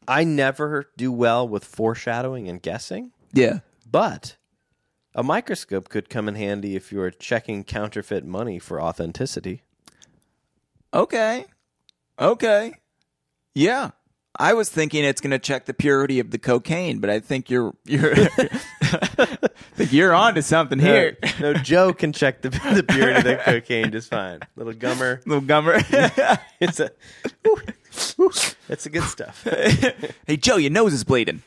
S1: I never do well with foreshadowing and guessing,
S2: Yeah.
S1: but a microscope could come in handy if you are checking counterfeit money for authenticity.
S2: Okay. Okay. Yeah. I was thinking it's going to check the purity of the cocaine, but I think you're you're (laughs) I think you're onto something here. (laughs)
S1: (laughs) No, Joe can check the, (laughs) the purity of the cocaine just fine. Little gummer. (laughs)
S2: Little gummer.
S1: It's a. (laughs) Ooh, ooh, that's the good stuff.
S2: (laughs) hey Joe, your nose is bleeding.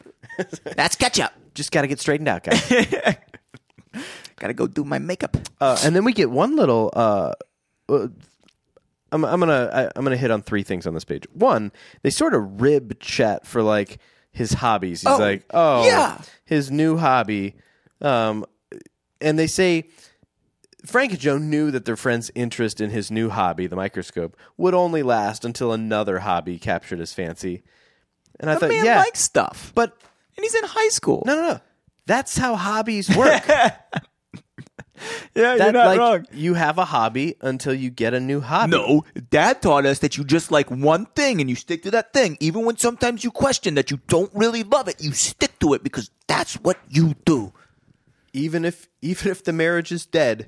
S2: That's ketchup.
S1: Just got to get straightened out, guys.
S2: Got to go do my makeup.
S1: Uh, and then we get one little. Uh, uh, I'm, I'm gonna I, I'm gonna hit on three things on this page. One, they sort of rib Chet for like his hobbies. He's
S2: Oh,
S1: like, oh,
S2: yeah.
S1: his new hobby. Um, and they say Frank and Joe knew that their friend's interest in his new hobby, the microscope, would only last until another hobby captured his fancy. And I
S2: The
S1: thought,
S2: man
S1: yeah,
S2: likes stuff.
S1: but
S2: And he's in high school.
S1: No, no, no. That's how hobbies
S2: (laughs)
S1: work.
S2: yeah,
S1: That, like, You have a hobby until you get a new hobby.
S2: No, dad taught us that you just like one thing and you stick to that thing. Even when sometimes you question that you don't really love it, you stick to it because that's what you do.
S1: Even if even if the marriage is
S2: (laughs)
S1: dead,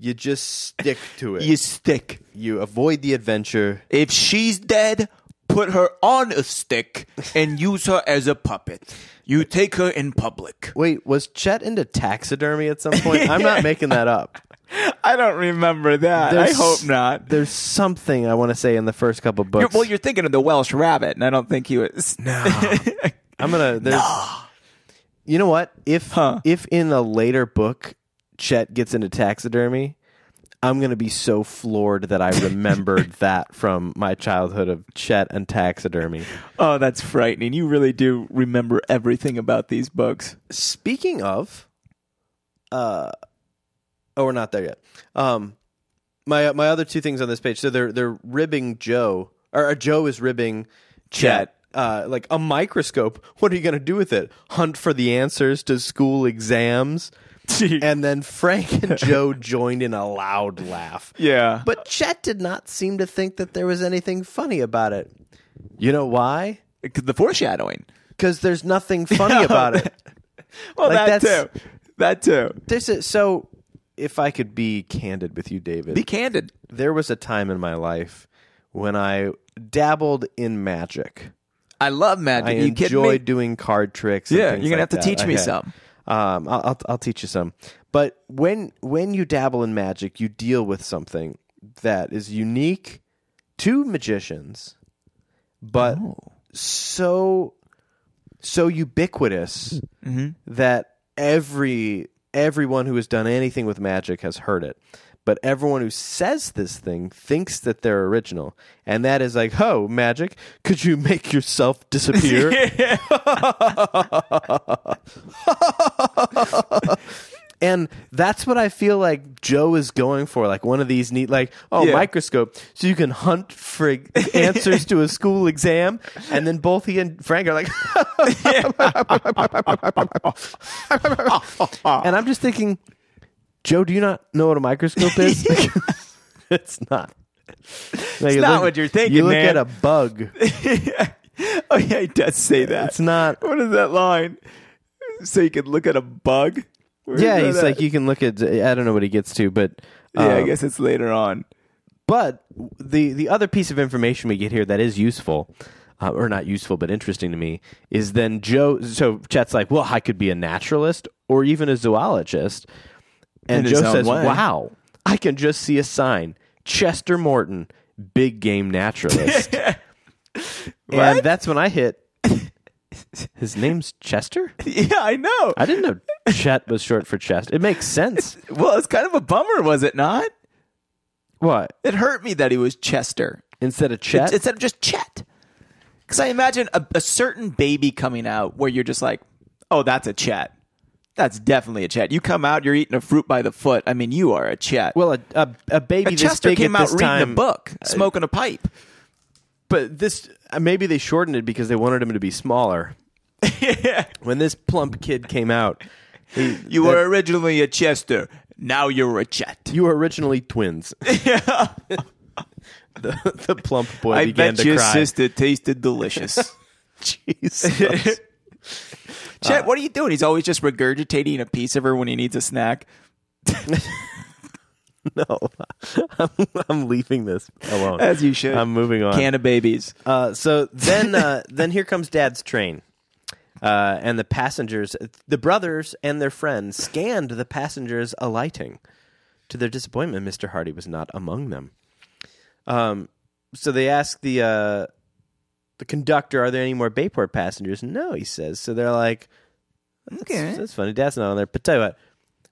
S1: you just stick to it.
S2: You stick.
S1: you avoid the adventure.
S2: If she's dead, put her on a stick and use her as a puppet. You take her in public.
S1: Wait, was Chet into taxidermy at some point? I'm not making that up.
S2: (laughs) I don't remember that.
S1: There's- There's something I want to say in the first couple books.
S2: well, you're thinking of the Welsh rabbit, and I don't think he was. No.
S1: I'm gonna. There's, You know what? If
S2: Huh.
S1: if in a later book Chet gets into taxidermy, I'm gonna be so floored that I
S2: (laughs)
S1: remembered that from my childhood of Chet and taxidermy.
S2: (laughs) Oh, that's frightening. You really do remember everything about these (laughs) books.
S1: Speaking of, uh, oh, we're not there yet. Um, my my other two things on this page. So they're they're ribbing Joe, or, or Joe is ribbing Chet.
S2: Chet.
S1: Uh, like a microscope. What are you going to do with it? Hunt for the answers to school exams. And then Frank and Joe joined in a loud laugh.
S2: yeah.
S1: But Chet did not seem to think that there was anything funny about it. You know why?
S2: the foreshadowing.
S1: Because there's nothing funny about it.
S2: Well,
S1: Like,
S2: that
S1: that's-
S2: too. That too.
S1: There's a, so, if I could be candid with you, David,
S2: Be candid.
S1: there was a time in my life when I dabbled in magic.
S2: I love magic.
S1: I
S2: you
S1: enjoy
S2: kidding me?
S1: doing card tricks.
S2: Yeah,
S1: and things
S2: you're gonna
S1: like
S2: have to
S1: that.
S2: teach me some.
S1: Um, I'll, I'll I'll teach you some. But when when you dabble in magic, you deal with something that is unique to magicians, but so so ubiquitous that every everyone who has done anything with magic has heard it. But everyone who says this thing thinks that they're original, and that is like, "Oh, magic! Could you make yourself
S2: (laughs)
S1: disappear?" And that's what I feel like Joe is going for, like one of these neat, like oh
S2: Yeah.
S1: microscope, so you can hunt for
S2: (laughs)
S1: answers to a school exam. And then both he and Frank are like, (laughs) and I'm just thinking, Joe, do you not know what a microscope
S2: (laughs)
S1: is? (laughs) it's not. it's
S2: not what you're thinking,
S1: You look
S2: man.
S1: at a bug.
S2: oh yeah, he does say that.
S1: It's not.
S2: (laughs) What is that line? So you could look at a bug. Where is
S1: Yeah,
S2: that
S1: he's
S2: at?
S1: like you can look at. I don't know what he gets to, but
S2: yeah, I
S1: um,
S2: guess it's later
S1: (laughs)
S2: on.
S1: But the the other piece of information we get here that is useful, uh, or not useful but interesting to me, is then Joe. So Chet's like, well, I could be a naturalist or even a zoologist, And
S2: In
S1: Joe
S2: his own
S1: says,
S2: way.
S1: "Wow, I can just see a sign: Chester Morton, big game
S2: (laughs)
S1: naturalist." and that's when I hit. His name's Chester.
S2: yeah, I know.
S1: I didn't know Chet was short for chest. It makes sense.
S2: well, it's kind of a bummer, was it not?
S1: What
S2: It hurt me that he was Chester
S1: instead of Chet?
S2: instead of just Chet. Because I imagine a, a certain baby coming out where you're just like, oh, that's a Chet. That's definitely a Chet. You come out, you're eating a fruit by the foot. I mean, you are a Chet.
S1: well, a, a, a baby
S2: And
S1: this
S2: Chester
S1: big
S2: came
S1: at
S2: out
S1: this
S2: reading
S1: time, uh,
S2: a book, smoking
S1: (laughs)
S2: a pipe.
S1: but this uh, maybe they shortened it because they wanted him to be smaller. When this plump kid came out, he,
S2: (laughs) You were originally a Chester. Now you're a Chet.
S1: you were originally
S2: (laughs)
S1: twins. (laughs) the, the plump boy
S2: I
S1: began
S2: bet
S1: to
S2: your
S1: cry.
S2: sister tasted delicious.
S1: (laughs) Jesus.
S2: (laughs)
S1: Uh,
S2: Chet, what are you doing? He's always just regurgitating a piece of her when he needs a snack.
S1: no, (laughs) I'm, I'm leaving this alone.
S2: As you should.
S1: I'm moving on.
S2: Can of babies.
S1: Uh, so then, uh, (laughs) then here comes Dad's train, uh, and the passengers, the brothers and their friends, scanned the passengers alighting. To their disappointment, Mister Hardy was not among them. Um, so they ask the uh, the conductor, "Are there any more Bayport passengers?" No, he says. So they're like,
S2: Eh.
S1: "That's, that's funny. Dad's not on there." But tell you what,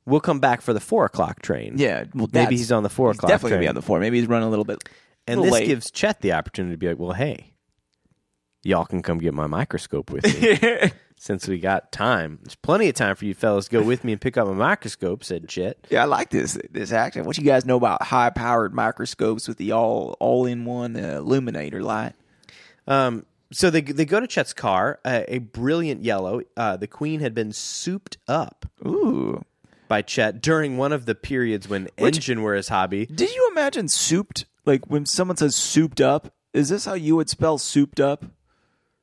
S1: we'll come back for the four o'clock train.
S2: Yeah. Well,
S1: maybe
S2: that's-
S1: he's on the four
S2: He's
S1: o'clock.
S2: definitely
S1: train.
S2: gonna be on the floor. Maybe he's running a little bit. (laughs)
S1: And
S2: little
S1: this
S2: late.
S1: gives Chet the opportunity to be like, well, hey, y'all can come get my microscope with
S2: (laughs)
S1: me since we got time. There's plenty of time for you fellas to go with me and pick up my microscope, said Chet.
S2: yeah, I like this this action. What you guys know about high powered microscopes with the all all in one uh, illuminator light?
S1: Um, so they, they go to Chet's car, a, a brilliant yellow. Uh, the queen had been souped up
S2: Ooh.
S1: by Chet during one of the periods when engine were his hobby.
S2: Did you imagine souped? Like when someone says souped up, is this how you would spell souped up?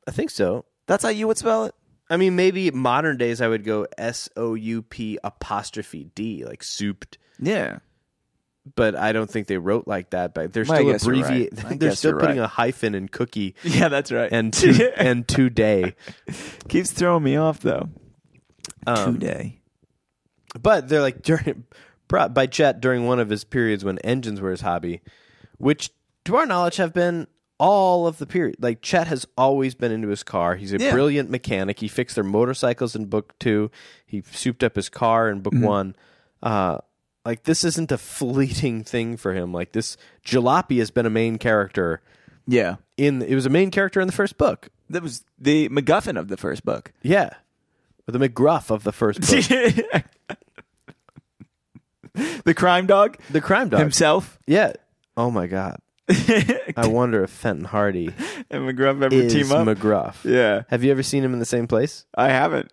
S1: I think so.
S2: That's how you would spell it?
S1: I mean, maybe modern days I would go S O U P apostrophe D, like souped.
S2: Yeah. (laughs)
S1: but I don't think they wrote like that. But they're
S2: Well, I
S1: still
S2: guess you're right.
S1: abbreviating. (laughs)
S2: I
S1: They're
S2: guess
S1: still
S2: you're
S1: putting
S2: right.
S1: a hyphen in cookie
S2: (laughs) Yeah, that's right.
S1: and to, and today.
S2: keeps throwing me off though. Um, Today.
S1: But they're like during brought by Chet during one of his periods when engines were his hobby, which to our knowledge have been all of the period. Like Chet has always been into his car. He's a
S2: Yeah.
S1: brilliant mechanic. He fixed their motorcycles in book two. He souped up his car in book
S2: Mm-hmm.
S1: one. Uh, like this isn't a fleeting thing for him. Like this Jalopy has been a main character
S2: Yeah.
S1: in it was a main character in the first book.
S2: That was the MacGuffin of the first (laughs) book.
S1: Yeah. Or the McGruff of the
S2: (laughs)
S1: first book.
S2: the crime dog
S1: the crime dog.
S2: himself (laughs)
S1: Yeah. Oh my god. I wonder if Fenton Hardy
S2: and McGruff ever
S1: is
S2: (laughs) team up.
S1: McGruff.
S2: yeah,
S1: Have you ever seen him in the same place?
S2: I haven't.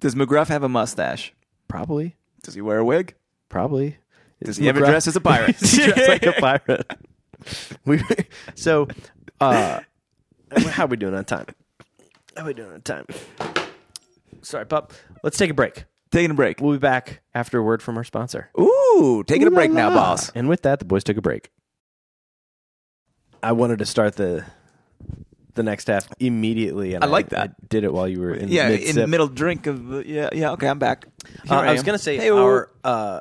S2: Does McGruff have a mustache?
S1: Probably.
S2: Does he wear a wig?
S1: Probably. Is
S2: Does he ever
S1: McGruff-
S2: dress as
S1: (laughs)
S2: a (laughs) pirate?
S1: He's dressed like a pirate. We (laughs) so uh how are we doing on time? How are we doing on time? Sorry, pup. Let's take a break.
S2: Taking a break.
S1: We'll be back after a word from our sponsor.
S2: Ooh, taking a break now,
S1: La la.
S2: boss.
S1: And with that, the boys took a break. I wanted to start the the next half immediately, and
S2: I like that.
S1: I did it while you were in
S2: Yeah, in
S1: mid-sip.
S2: the middle drink of the, yeah, yeah. Okay, I'm back. Here
S1: Uh, I, was
S2: am.
S1: gonna say
S2: Hey-o.
S1: our uh,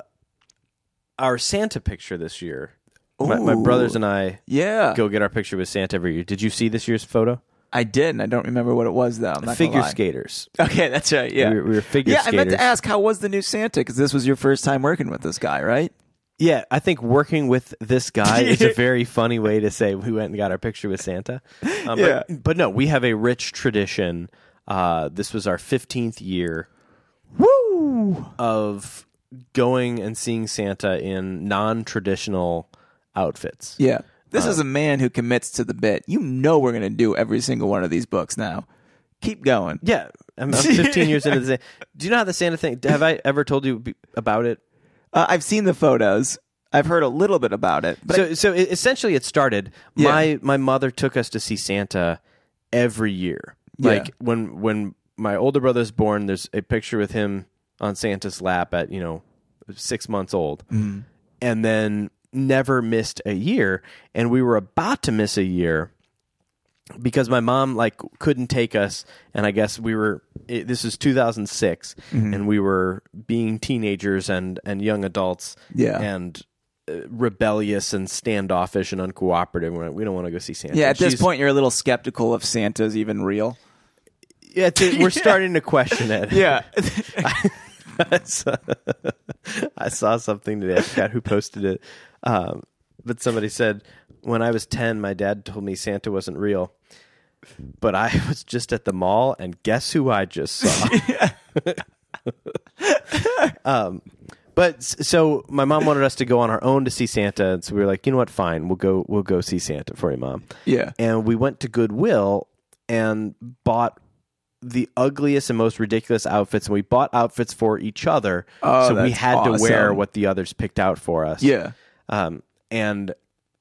S1: our Santa picture this year. My, my
S2: Ooh.
S1: brothers and I
S2: yeah.
S1: go get our picture with Santa every year. Did you see this year's photo?
S2: I did, and I don't remember what it was though. I'm not gonna
S1: Figure
S2: lie.
S1: skaters.
S2: Okay, that's right. Yeah,
S1: We were- we were figure
S2: yeah, I meant to
S1: skaters.
S2: ask how was the new Santa because this was your first time working with this guy, right?
S1: Yeah, I think working with this guy is
S2: (laughs)
S1: a very funny way to say we went and got our picture with Santa. Um,
S2: Yeah.
S1: but, but no, we have a rich tradition. Uh, this was our 15th year
S2: Woo!
S1: of going and seeing Santa in non traditional outfits.
S2: Yeah, this is a man who commits to the bit. You know, we're gonna do every single one of these books now. Keep going.
S1: Yeah, I'm, I'm 15 years
S2: (laughs)
S1: into the Santa. Do you know how the Santa thing? Have I ever told you be- about it?
S2: Uh, I've seen the photos. I've heard a little bit about it, but
S1: so, so it, essentially, it started. My my mother took us to see Santa every year. Like when when my older brother's born, there's a picture with him on Santa's lap at you know six months old,
S2: Mm-hmm.
S1: and then never missed a year. And we were about to miss a year because my mom like couldn't take us, and I guess we were it, this is 2006,
S2: Mm-hmm.
S1: and we were being teenagers and and young adults,
S2: Yeah.
S1: and uh, rebellious and standoffish and uncooperative. We're like, we don't want to go see Santa.
S2: Yeah, at this
S1: She's-
S2: point, you're a little skeptical if Santa's even real.
S1: (laughs) yeah, it's-
S2: (laughs)
S1: it- we're starting to question it.
S2: Yeah.
S1: (laughs) I saw- (laughs) I saw something today. I forgot who posted it. Um, but somebody said, when I was 10, my dad told me Santa wasn't real. But I (laughs) was just at the mall, and guess who I just
S2: (laughs)
S1: saw? um, (laughs) but s- so my mom wanted us to go on our own to see Santa, and so we were like, you know what? Fine, we'll go. We'll go see Santa for you, mom
S2: (laughs) yeah.
S1: and we went to Goodwill and bought the ugliest and most ridiculous outfits and we bought outfits for each other
S2: Oh,
S1: so we
S2: that's
S1: had to wear
S2: awesome.
S1: what the others picked out for us
S2: Yeah.
S1: um, and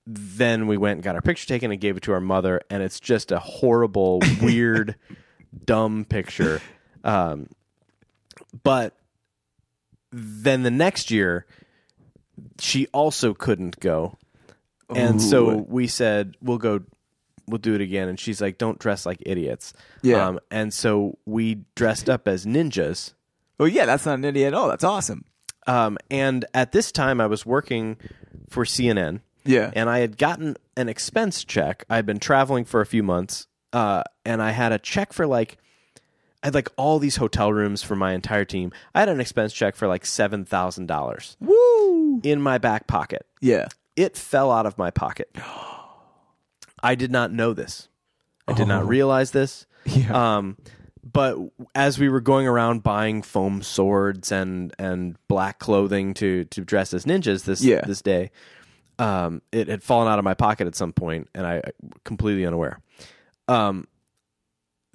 S1: then we went and got our picture taken and gave it to our mother and it's just a
S2: (laughs)
S1: horrible weird dumb picture um, but then the next year she also couldn't go and so
S2: Ooh.
S1: we said we'll go we'll do it again and she's like don't dress like idiots Um,
S2: Yeah.
S1: and so we dressed up as ninjas
S2: Well, yeah, that's not an idiot at all. That's awesome.
S1: um, and at this time i was working for cnn
S2: Yeah.
S1: and i had gotten an expense check i'd been traveling for a few months uh, and i had a check for like i had like all these hotel rooms for my entire team i had an expense check for like $7000
S2: Woo.
S1: in my back pocket
S2: Yeah.
S1: it fell out of my pocket. (gasps) I did not know this. I did not realize this.
S2: Yeah.
S1: Um, but as we were going around buying foam swords and and black clothing to to dress as ninjas this
S2: Yeah.
S1: this day, um, it had fallen out of my pocket at some point, and I completely unaware. Um,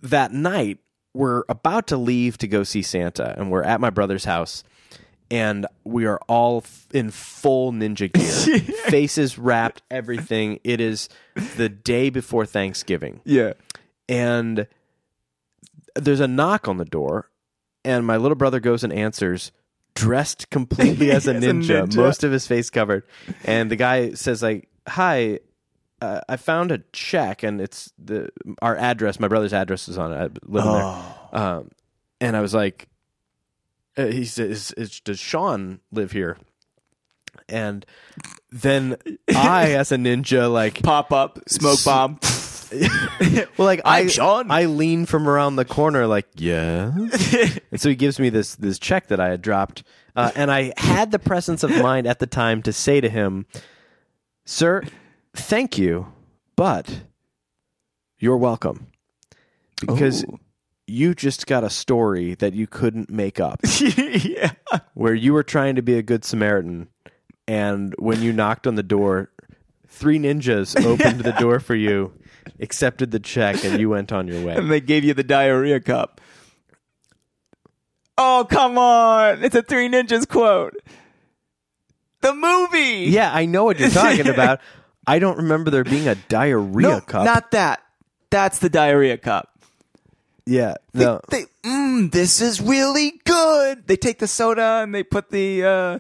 S1: that night, we're about to leave to go see Santa, and we're at my brother's house, and we are all f- in full ninja gear, faces wrapped, everything. It is the day before Thanksgiving,
S2: Yeah.
S1: and there's a knock on the door, and my little brother goes and answers. Dressed (laughs) completely as a,
S2: As a
S1: ninja,
S2: ninja.
S1: most of his face covered, and the guy says like, "Hi, uh, I found a check, and it's the our address. My brother's address is on it. I live in there, um, and I was like, uh, he says, is, "Does Sean live here?" And (laughs) then I, as a ninja, like,
S2: Pop up, smoke bomb.
S1: (laughs) well, like
S2: I'm
S1: I-
S2: Sean.
S1: I lean from around the corner, like,
S2: (laughs)
S1: yeah. and so he gives me this this check that I had dropped, uh, and I had the presence of mind at the time to say to him, "Sir, thank you, but you're welcome." Because
S2: Ooh.
S1: you just got a story that you couldn't make up
S2: (laughs) yeah.
S1: where you were trying to be a good Samaritan, and when you knocked on the door, three (laughs) ninjas opened the door for you, accepted the check, and you went on your way.
S2: (laughs) And they gave you the diarrhea cup. Oh, come on. It's a Three Ninjas quote. The movie.
S1: Yeah, I know what you're (laughs) talking about. I don't remember there being a diarrhea
S2: No,
S1: cup.
S2: not that. That's the diarrhea cup.
S1: yeah, no.
S2: They, mm, this is really good. They take the soda and they put the uh,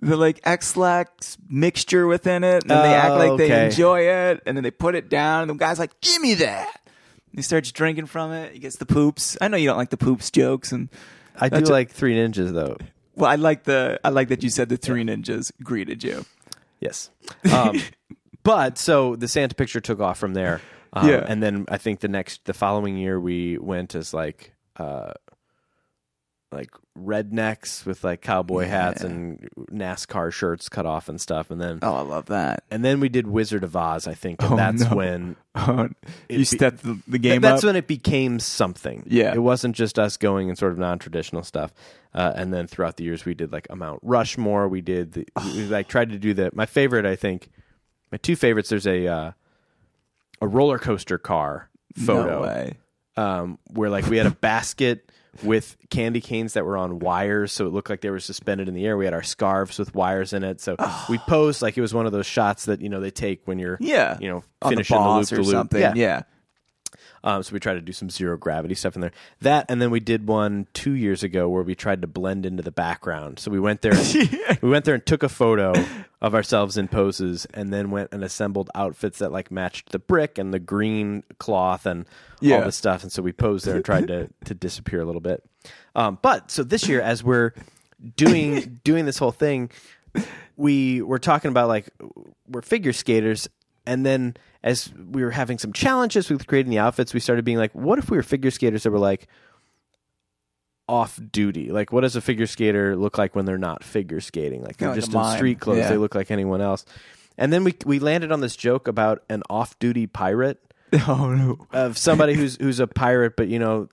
S2: the like X-Lax mixture within it, and then they act
S1: Oh,
S2: like
S1: okay.
S2: they enjoy it, and then they put it down. And the guy's like, "Give me that." And he starts drinking from it. He gets the poops. I know you don't like the poops jokes, and
S1: I do
S2: that's a-
S1: like Three Ninjas though.
S2: well, I like the I like that you said the three ninjas greeted you.
S1: Yes.
S2: (laughs)
S1: Um, but so the Santa picture took off from there. Um,
S2: Yeah.
S1: And then I think the next, the following year, we went as like, uh, like rednecks with like cowboy hats and NASCAR shirts cut off and stuff. And then,
S2: Oh, I love (laughs) that.
S1: and then we did Wizard of Oz, I think. And
S2: Oh,
S1: that's
S2: no.
S1: when,
S2: Oh, you
S1: be-
S2: stepped the, the game
S1: that's
S2: up.
S1: when it became something.
S2: Yeah.
S1: It wasn't just us going and sort of non traditional stuff. Uh, and then throughout the years, we did like a Mount Rushmore. We did, the, we like tried to do the, my favorite, I think, my two favorites, there's a, uh, a roller coaster car
S2: No
S1: photo
S2: way.
S1: um, where like we had a basket with candy canes that were on wires so it looked like they were suspended in the air we had our scarves with wires in it so we posed like it was one of those shots that you know they take when you're
S2: Yeah.
S1: you know
S2: On the
S1: finishing the,
S2: boss
S1: loop
S2: or something. Yeah.
S1: Um, so we tried to do some zero gravity stuff in there. That, and then we did one two years ago where we tried to blend into the background. So we went there, and, we went there and took a photo of ourselves in poses, and then went and assembled outfits that like matched the brick and the green cloth and all
S2: Yeah.
S1: the stuff. And so we posed there and tried to to disappear a little bit. Um, but so this year, as we're doing doing this whole thing, we were talking about like we're figure skaters and then as we were having some challenges with creating the outfits we started being like what if we were figure skaters that were like off duty like what does a figure skater look like when they're not figure skating like they're
S2: like a
S1: just in
S2: mime.
S1: street clothes
S2: Yeah.
S1: they look like anyone else and then we we landed on this joke about an off-duty pirate
S2: (laughs) Oh no.
S1: of
S2: (laughs)
S1: somebody who's who's a pirate but you know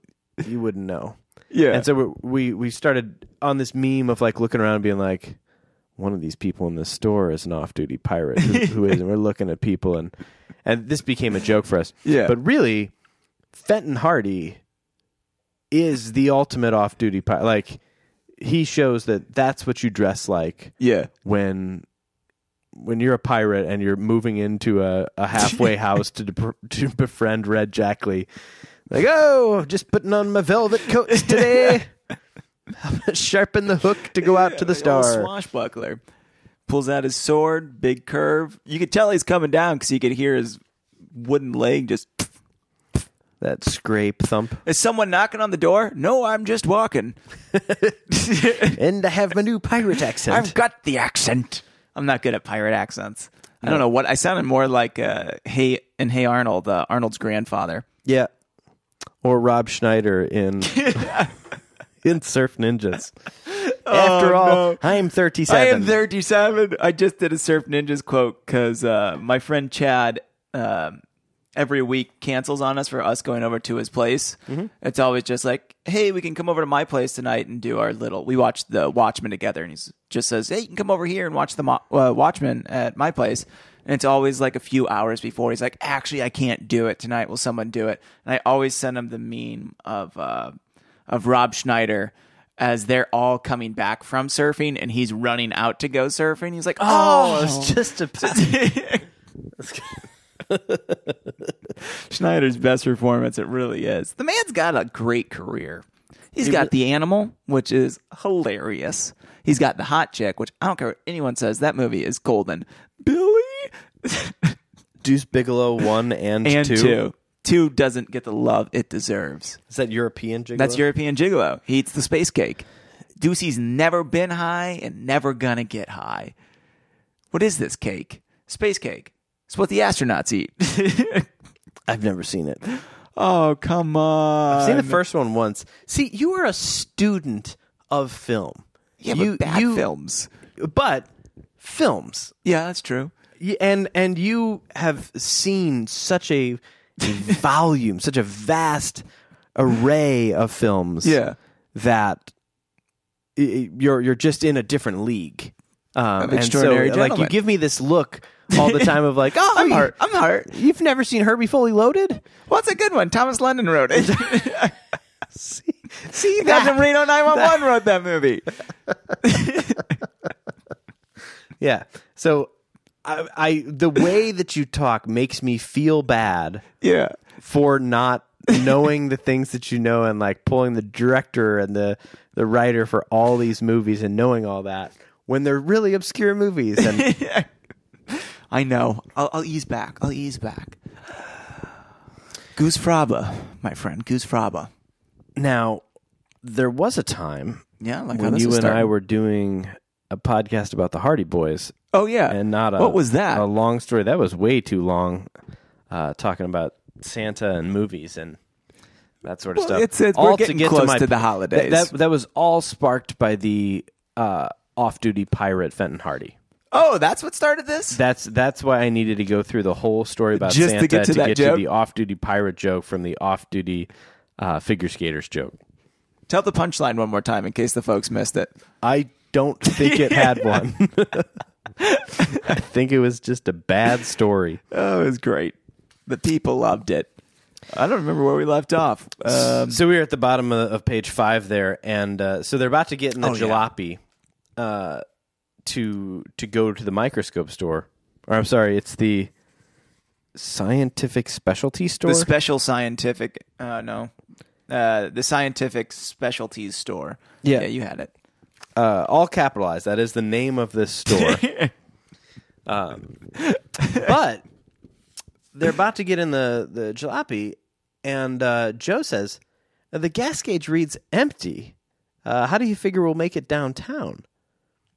S1: you wouldn't know
S2: Yeah.
S1: and so we, we we started on this meme of like looking around and being like, one of these people in this store is an off-duty pirate who, who is, and we're looking at people and and this became a joke for us.
S2: Yeah.
S1: But really, Fenton Hardy is the ultimate off-duty pirate. Like he shows that that's what you dress like
S2: yeah.
S1: when when you're a pirate and you're moving into a, a halfway
S2: (laughs)
S1: house to de- to befriend Red Jackley. Like, oh, just putting on my velvet coats
S2: (laughs)
S1: today. (laughs) Sharpen the hook to go out to the
S2: Old
S1: star.
S2: swashbuckler pulls out his sword, big curve. You could tell he's coming down because you could hear his wooden leg just.
S1: That scrape
S2: (laughs)
S1: thump.
S2: Is someone knocking on the door? No, I'm just walking.
S1: And I have my new pirate accent.
S2: I've got the accent. I'm not good at pirate accents. I don't know what I sounded more like. Uh, hey, and hey, Arnold, uh, Arnold's grandfather.
S1: yeah. Or Rob Schneider
S2: (laughs)
S1: in (laughs) in Surf Ninjas. After all,
S2: Oh, no.
S1: I'm 37.
S2: I am 37. I just did a Surf Ninjas quote because uh, my friend Chad um, every week cancels on us for us going over to his place. It's always just like, hey, we can come over to my place tonight and do our little. We watch the Watchmen together, and he just says, hey, you can come over here and watch the Mo- uh, Watchmen at my place. And it's always like a few hours before. He's like, actually, I can't do it tonight. Will someone do it? And I always send him the meme of. Uh, of Rob Schneider as they're all coming back from surfing and he's running out to go surfing. He's like,
S1: Oh,
S2: "Oh,
S1: it's just a
S2: (laughs) Schneider's best performance. It really is. The man's got a great career. He's got the animal, which is hilarious. He's got the hot chick, which I don't care what anyone says. That movie is golden. Billy (laughs)
S1: Deuce Bigelow 1 and,
S2: and
S1: 2.
S2: two. two. doesn't get the love it deserves.
S1: Is that European Gigolo?
S2: That's European Gigolo. He eats the space cake. Deucey's never been high and never gonna get high. What is this cake? Space cake. It's what the astronauts eat. (laughs)
S1: I've never seen it.
S2: oh, come on.
S1: Seen the first one once. See, you were a student of film.
S2: yeah,
S1: you,
S2: but bad
S1: you-
S2: films.
S1: but films,
S2: Yeah, that's true.
S1: Y- and and you have seen such
S2: (laughs)
S1: a volume, such a vast array of films.
S2: Yeah.
S1: that i- i- you're you're just in a different league. Um, and
S2: extraordinary
S1: so, like you
S2: gentlemen.
S1: give me this look all
S2: (laughs)
S1: the time of like, oh,
S2: I'm
S1: you-
S2: hurt. I'm hurt.
S1: You've never seen Herbie Fully Loaded?
S2: What's a good one? Thomas London wrote (laughs) it.
S1: See
S2: Guys in Reno 911 wrote that movie.
S1: Yeah. So I, I the way that you talk makes me feel bad
S2: Yeah.
S1: for not knowing the things that you know and like pulling the director and the the writer for all these movies and knowing all that when they're really obscure movies and
S2: (laughs) I know. I'll, I'll ease back. I'll ease back. Goose Fraba, my friend. Goose Fraba.
S1: now there was a time
S2: Yeah, like how
S1: when
S2: this
S1: you
S2: is
S1: and I
S2: starting.
S1: were doing a podcast about the Hardy Boys
S2: Oh yeah,
S1: and not a
S2: what was that?
S1: a long story that was way too long uh talking about Santa and movies and that sort of
S2: Well,
S1: stuff.
S2: it's- it's- we're getting
S1: get
S2: close to the
S1: th-
S2: holidays.
S1: That, that was all sparked by the uh, off-duty pirate Fenton Hardy.
S2: oh, that's what started this.
S1: That's that's why I needed to go through the whole story about
S2: Just to
S1: Santa
S2: get to that joke?
S1: the off-duty pirate joke from the off-duty uh, figure skaters joke.
S2: Tell the punchline one more time in case the folks missed it.
S1: I don't think it
S2: (laughs)
S1: had one. (laughs) I think it was just a bad story.
S2: Oh, it was great. The people loved it. I don't remember where we left off. Um,
S1: So we were at the bottom of, of page five there, and uh, so they're about to get in the
S2: Oh, yeah.
S1: jalopy uh, to to go to the microscope store. Or I'm sorry, it's the scientific specialty store.
S2: The special scientific, uh, no, uh, the scientific specialties store.
S1: Yeah.
S2: you had it.
S1: uh, all capitalized. That is the name of this
S2: (laughs)
S1: store. um, but they're about to get in the the jalopy, and uh, Joe says the gas gauge reads empty. Uh, how do you figure we'll make it downtown?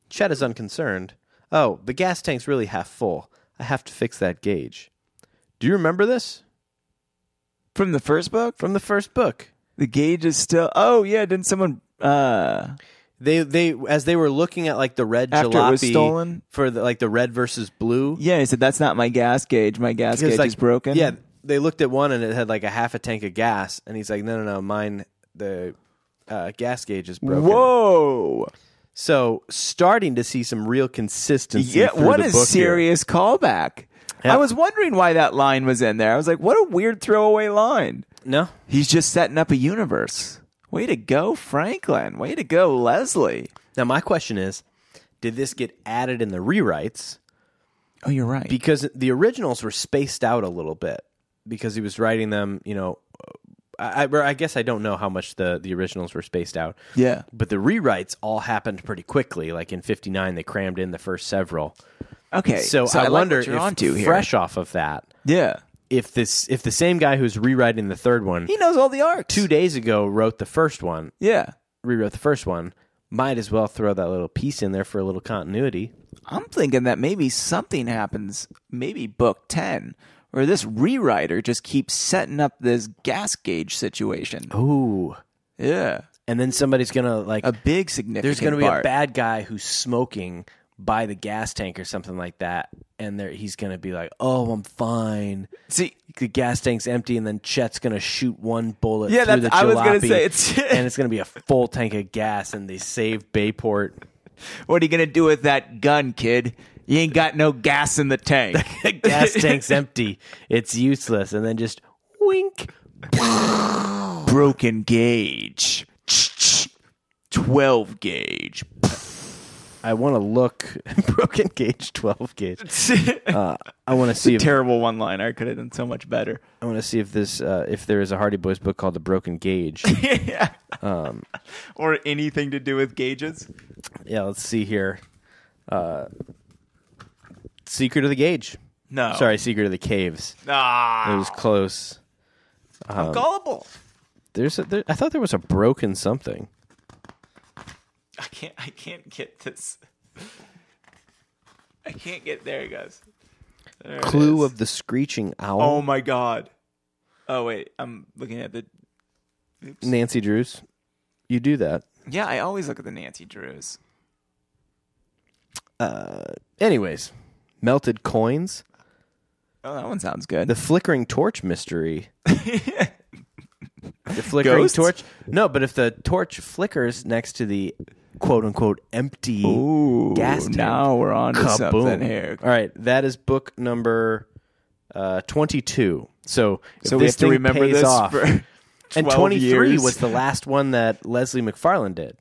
S1: Chet is unconcerned. Oh, the gas tank's really half full. I have to fix that gauge. Do you remember this
S2: From the first book,
S1: from the first book?
S2: the gauge is still. Oh yeah, didn't someone uh,
S1: They they as they were looking at like the red
S2: after
S1: jalopy
S2: it was stolen?
S1: for the, like the red versus blue.
S2: Yeah, he said that's not my gas gauge. My gas
S1: Because,
S2: gauge
S1: like,
S2: is broken.
S1: Yeah, they looked at one and it had like a half a tank of gas, and he's like, "No, no, no, mine the uh, gas gauge is broken."
S2: Whoa!
S1: So starting to see some real consistency.
S2: Yeah,
S1: through
S2: what
S1: the
S2: a
S1: book here.
S2: serious callback.
S1: Yeah.
S2: I was wondering why that line was in there. I was like, what a weird throwaway line.
S1: No,
S2: He's just setting up a universe. Way to go, Franklin. Way to go, Leslie.
S1: now my question is, did this get added in the rewrites?
S2: Oh, you're right.
S1: because the originals were spaced out a little bit because he was writing them you know uh, I, I- I guess I don't know how much the, the originals were spaced out.
S2: Yeah.
S1: But the rewrites all happened pretty quickly. Like in 59, they crammed in the first several.
S2: okay.
S1: So, I,
S2: like
S1: wonder
S2: what you're
S1: if
S2: onto here.
S1: fresh off of that,
S2: Yeah.
S1: if this if the same guy who's rewriting the third one
S2: He knows all the arcs.
S1: two days ago wrote the first one,
S2: Yeah.
S1: rewrote the first one, might as well throw that little piece in there for a little continuity.
S2: I'm thinking that maybe something happens, maybe book 10, where this rewriter just keeps setting up this gas gauge situation.
S1: Oh. Ooh.
S2: Yeah.
S1: And then somebody's going to like
S2: A big significant
S1: there's going to be
S2: part.
S1: a bad guy who's smoking by the gas tank or something like that and there he's going to be like oh i'm fine
S2: See,
S1: the gas tank's empty and then chet's going to shoot one bullet
S2: Yeah,
S1: through
S2: that's-
S1: the
S2: I was gonna
S1: jalopy,
S2: say, it's-
S1: and it's going to be a full tank of gas and they save bayport
S2: What are you going to do with that gun, kid? You ain't got no gas in the (laughs) tank.
S1: gas tank's empty it's useless and then just wink
S2: (laughs) Broken gauge. 12 (laughs) gauge.
S1: i want to look (laughs) broken gauge 12 gauge
S2: Um,
S1: uh, i want to see if
S2: Terrible one liner. I could have done so much better.
S1: i want to see if this uh, if there is a hardy boys book called the broken gauge
S2: Or anything to do with gauges.
S1: yeah, let's see here. Uh, Secret of the Gauge.
S2: No.
S1: Sorry, Secret of the Caves. It
S2: Ah,
S1: was close.
S2: I'm gullible.
S1: There's a, there, I thought there was a broken something.
S2: I can't, I can't get this. I can't get there, it goes. There it
S1: Clue
S2: is.
S1: of the Screeching Owl.
S2: Oh my god. Oh wait, I'm looking at the
S1: Nancy Drews. You do that.
S2: Yeah, I always look at the Nancy Drews.
S1: Anyways, Melted Coins.
S2: Oh, that one sounds good.
S1: The Flickering Torch Mystery. the Flickering
S2: Ghosts?
S1: Torch. No, but if the torch flickers next to the quote unquote empty
S2: Ooh,
S1: gas tank.
S2: now we're on to something
S1: Kaboom.
S2: here.
S1: All right, that is book number uh, 22. So, if
S2: So
S1: this
S2: we have to
S1: thing
S2: remember
S1: pays
S2: this
S1: off.
S2: for
S1: (laughs) and
S2: 12
S1: 23
S2: years.
S1: was the last one that Leslie McFarlane did.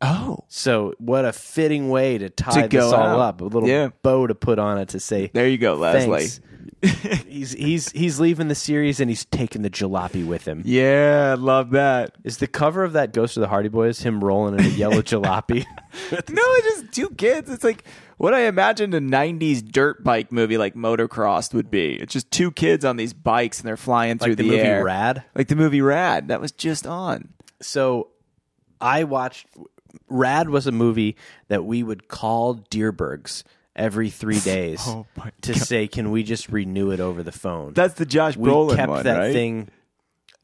S2: Oh,
S1: So, what a fitting way to tie this
S2: To go
S1: all
S2: out.
S1: up. A little
S2: Yeah.
S1: bow to put on it to say
S2: there you go, Leslie.
S1: thanks. (laughs) he's he's he's leaving the series and he's taking the jalopy with him.
S2: Yeah,
S1: (laughs)
S2: love that.
S1: Is the cover of that Ghost of the Hardy Boys him rolling in a
S2: (laughs)
S1: yellow jalopy?
S2: No, it's just two kids. It's like what I imagined a '90s dirt bike movie like Motocrossed would be. It's just two kids on these bikes and they're flying through
S1: like the movie
S2: air,
S1: Rad.
S2: like the movie Rad. That was just on.
S1: so I watched Rad was a movie that we would call Deerbergs every
S2: (laughs)
S1: three days
S2: Oh my
S1: to say, "Can we just renew it over the phone?"
S2: That's the Josh
S1: we
S2: Brolin
S1: kept
S2: one,
S1: that
S2: right?
S1: thing.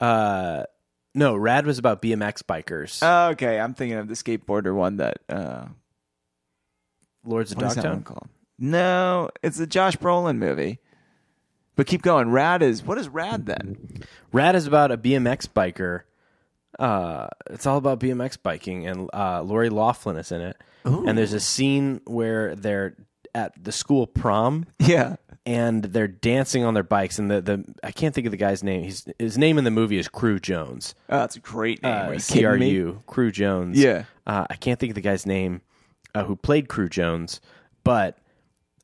S1: Uh, no, Rad was about BMX bikers.
S2: Oh, okay, I'm thinking of the skateboarder one that. Uh,
S1: Lords of
S2: What is that one
S1: Dogtown.
S2: called? No, it's a Josh Brolin movie. But keep going. Rad is what is
S1: (laughs)
S2: Rad then?
S1: Rad is about a BMX biker. Uh, it's all about BMX biking, and uh, Lori Laughlin is in it. And there's a scene where they're at the school prom.
S2: Yeah,
S1: and they're dancing on their bikes. And the, the I can't think of the guy's name. His his name in the movie is Crew Jones.
S2: oh, that's a great name. Are
S1: Uh,
S2: you
S1: C R
S2: kidding me?
S1: U Crew Jones.
S2: Yeah.
S1: uh, I can't think of the guy's name uh, who played Crew Jones, but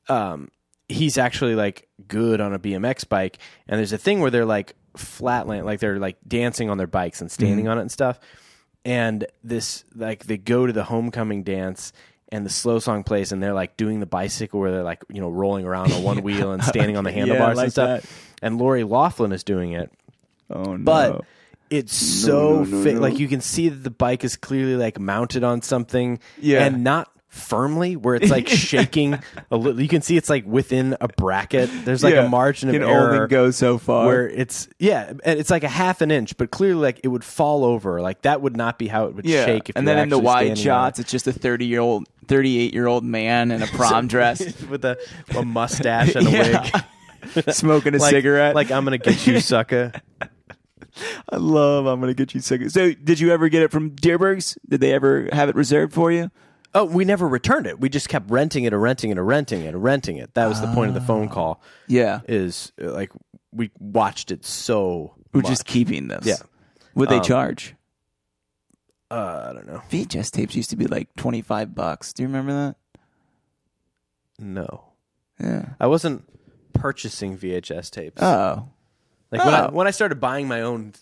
S1: um, he's actually like good on a BMX bike. And there's a thing where they're like flatland, like they're like dancing on their bikes and standing
S2: Mm-hmm.
S1: on it and stuff. And this, like, they go to the homecoming dance and the slow song plays and they're like doing the bicycle where they're like, you know, rolling around
S2: (laughs)
S1: on one wheel and standing on the handlebars
S2: like
S1: and stuff.
S2: that.
S1: And Lori Laughlin is doing it
S2: Oh no!
S1: but it's so fit. Like you can see that the bike is clearly like mounted on something,
S2: Yeah.
S1: and not firmly where it's
S2: (laughs)
S1: like shaking a little. You can see it's like within a bracket. There's like
S2: Yeah.
S1: a margin of
S2: can
S1: error
S2: only go so far.
S1: where it's yeah, and it's like a half an inch, but clearly like it would fall over. Like that would not be how it would
S2: yeah,
S1: shake. If
S2: and
S1: you were
S2: then in the
S1: actually
S2: wide
S1: standing on
S2: shots, it's just a thirty-year-old, thirty-eight-year-old man in
S1: (laughs)
S2: a prom dress, (laughs)
S1: it. with a, a mustache (laughs) and a
S2: Yeah.
S1: wig,
S2: (laughs) smoking a
S1: like,
S2: cigarette.
S1: Like I'm gonna get
S2: (laughs)
S1: you, sucker.
S2: I love. I'm gonna get you cigarettes. So, did you ever get it from Deerberg's? Did they ever have it reserved for you?
S1: Oh, we never returned it. We just kept renting it and renting it and renting it and renting it. That was the point of the phone call.
S2: Yeah,
S1: Is uh, like we watched it so
S2: we're
S1: much.
S2: just keeping this.
S1: Yeah. Um,
S2: would they charge?
S1: uh, I don't know.
S2: VHS tapes used to be like twenty-five bucks. Do you remember that?
S1: No,
S2: Yeah.
S1: I wasn't purchasing VHS tapes.
S2: Oh,
S1: like when I,
S2: oh.
S1: when I started buying my own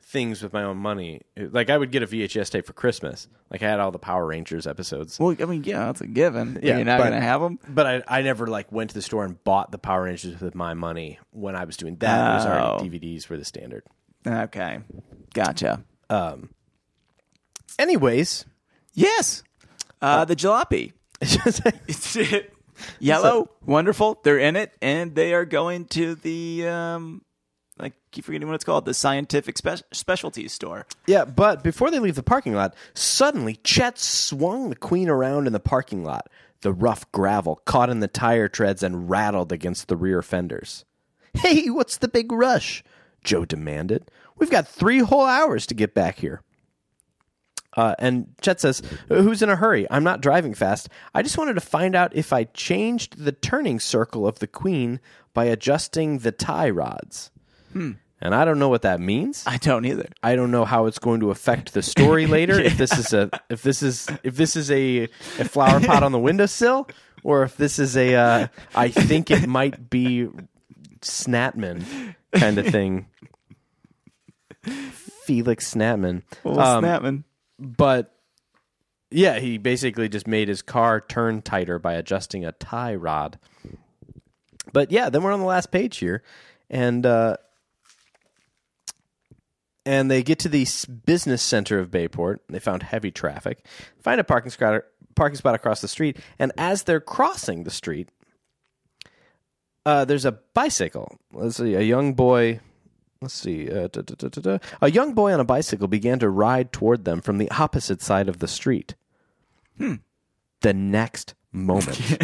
S1: things with my own money, it- like I would get a VHS tape for Christmas. Like I had all the Power Rangers episodes.
S2: well, I mean, yeah, that's a given.
S1: Yeah,
S2: you're not
S1: but-
S2: gonna have them.
S1: But I, I never like went to the store and bought the Power Rangers with my money when I was doing that. It was
S2: Oh.
S1: already DVDs were the standard.
S2: Okay, gotcha.
S1: Anyways, (laughs)
S2: Yes, uh, the jalopy. It's it. Yellow, wonderful. They're in it, and they are going to the um, I keep forgetting what it's called, the scientific spe- specialties store.
S1: Yeah, but before they leave the parking lot, suddenly Chet swung the queen around in the parking lot. The rough gravel caught in the tire treads and rattled against the rear fenders. Hey, what's the big rush? Joe demanded. We've got three whole hours to get back here. Uh, and Chet says, Who's in a hurry? I'm not driving fast. I just wanted to find out if I changed the turning circle of the queen by adjusting the tie rods. And I don't know what that means.
S2: I don't either.
S1: I don't know how it's going to affect the story later. If this is a if this is if this is a, a flower pot on the windowsill, or if this is a uh, I think it might be Snatman kind of thing. Felix Snatman,
S2: Well,
S1: Um,
S2: Snapman.
S1: but yeah, he basically just made his car turn tighter by adjusting a tie rod. But yeah, then we're on the last page here, and uh, and they get to the s- business center of Bayport. They found heavy traffic, find a parking spot parking spot across the street, and as they're crossing the street, uh, there's a bicycle. Let's see, a young boy. Let's see. Uh, da, da, da, da, da. A young boy on a bicycle began to ride toward them from the opposite side of the street. The next moment,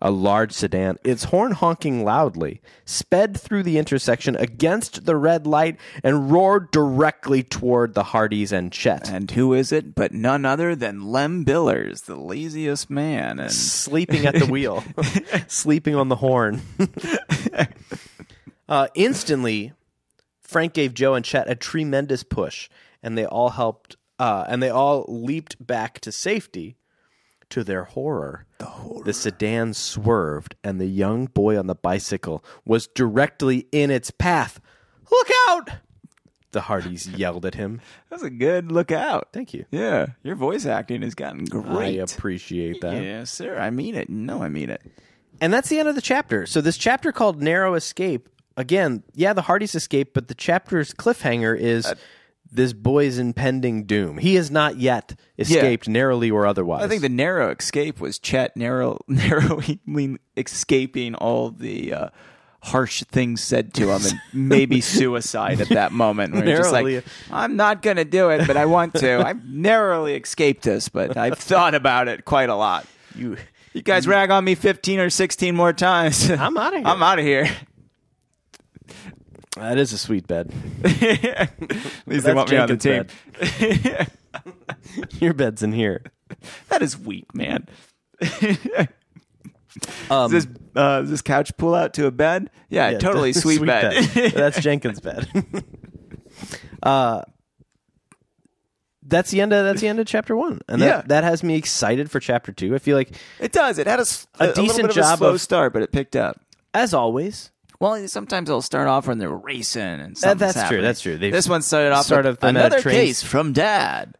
S1: a large sedan, its horn honking loudly, sped through the intersection against the red light and roared directly toward the Hardys and Chet.
S2: And who is it but none other than Lem Billers, the laziest man. And
S1: sleeping at the (laughs) wheel, sleeping on the (laughs) horn. uh, instantly, Frank gave Joe and Chet a tremendous push, and they all helped, uh, and they all leaped back to safety. To their horror, the horror, the sedan swerved, and the young boy on the bicycle was directly in its path. Look out! The Hardys yelled at him.
S2: that's a good look out.
S1: Thank you.
S2: Yeah, your voice acting has gotten
S1: I uh,
S2: great.
S1: appreciate that.
S2: Yes, sir. I mean it. No, I mean it.
S1: And that's the end of the chapter. So this chapter called Narrow Escape. Again, yeah, the Hardys escape, but the chapter's cliffhanger is
S2: Uh,
S1: this boy's impending doom. He has not yet escaped narrowly or otherwise.
S2: I think the narrow escape was Chet narrow, (laughs) narrowly escaping all the uh, harsh things said to him and
S1: (laughs)
S2: maybe suicide at that moment. Where he's just
S1: Narrowly.
S2: like, I'm not going to do it, but I want to.
S1: (laughs)
S2: I've narrowly escaped this, but I've thought about it quite a lot.
S1: you
S2: You guys rag on me 15 or 16 more times.
S1: I'm outta here.
S2: (laughs) I'm out of here.
S1: that is a sweet bed. (laughs)
S2: At least they
S1: That's
S2: want me on the
S1: Jenkins'
S2: team.
S1: Your bed's in here.
S2: That is weak, man.
S1: Um,
S2: Does this, uh, does this couch pull out to a bed? Yeah,
S1: yeah, (laughs)
S2: totally
S1: that's
S2: sweet, (laughs) bed.
S1: (laughs) That's Jenkins' bed. uh, that's the end of that's the end of chapter one, and
S2: Yeah.
S1: that, that has me excited for chapter two. I feel like,
S2: It does. It had a, s- a- a little
S1: decent
S2: bit of a
S1: job
S2: slow
S1: of-
S2: start, but it picked up.
S1: as always,
S2: Well, sometimes they'll start off when they're racing and
S1: That-
S2: something's
S1: that's
S2: happening.
S1: true. That's true. They
S2: This one started off
S1: start
S2: with
S1: off them at a
S2: another
S1: train-
S2: case from dad.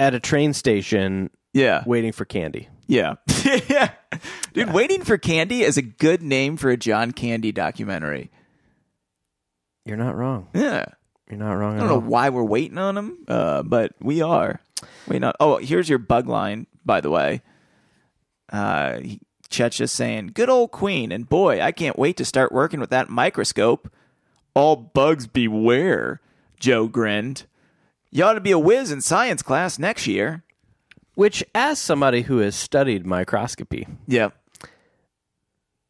S1: at a train station
S2: Yeah.
S1: waiting for candy.
S2: Yeah. (laughs) yeah. Dude, Waiting for Candy is a good name for a John Candy documentary.
S1: You're not wrong.
S2: Yeah.
S1: You're not wrong
S2: I
S1: at
S2: don't know
S1: all.
S2: why we're waiting on him, uh, but we are. Wait, not. Oh, here's your bug line, by the way. Uh, he- Chet's just saying, good old queen, and boy, I can't wait to start working with that microscope. All bugs beware, Joe grinned. You ought to be a whiz in science class next year.
S1: Which, as somebody who has studied microscopy,
S2: Yeah.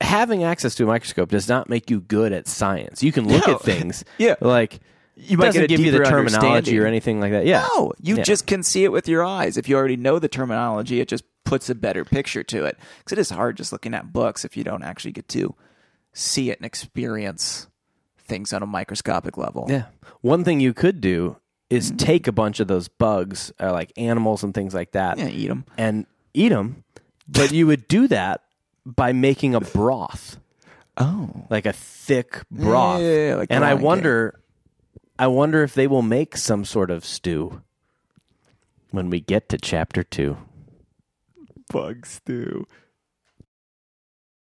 S1: having access to a microscope does not make you good at science. You can look
S2: No. (laughs)
S1: at things.
S2: Yeah.
S1: Like it
S2: You might
S1: doesn't
S2: get a
S1: give you the
S2: deeper
S1: terminology
S2: understanding.
S1: or anything like that. Yeah.
S2: No, you
S1: Yeah.
S2: just can see it with your eyes. If you already know the terminology, it just puts a better picture to it. Because it is hard just looking at books if you don't actually get to see it and experience things on a microscopic level.
S1: Yeah. One thing you could do is
S2: Mm-hmm.
S1: take a bunch of those bugs, uh, like animals and things like that,
S2: Yeah, eat them.
S1: and eat them. But you would do that by making a broth,
S2: Oh,
S1: like a thick broth.
S2: Yeah, yeah, yeah, like the
S1: and I
S2: Lion King.
S1: wonder, I wonder if they will make some sort of stew when we get to chapter two.
S2: bugs do.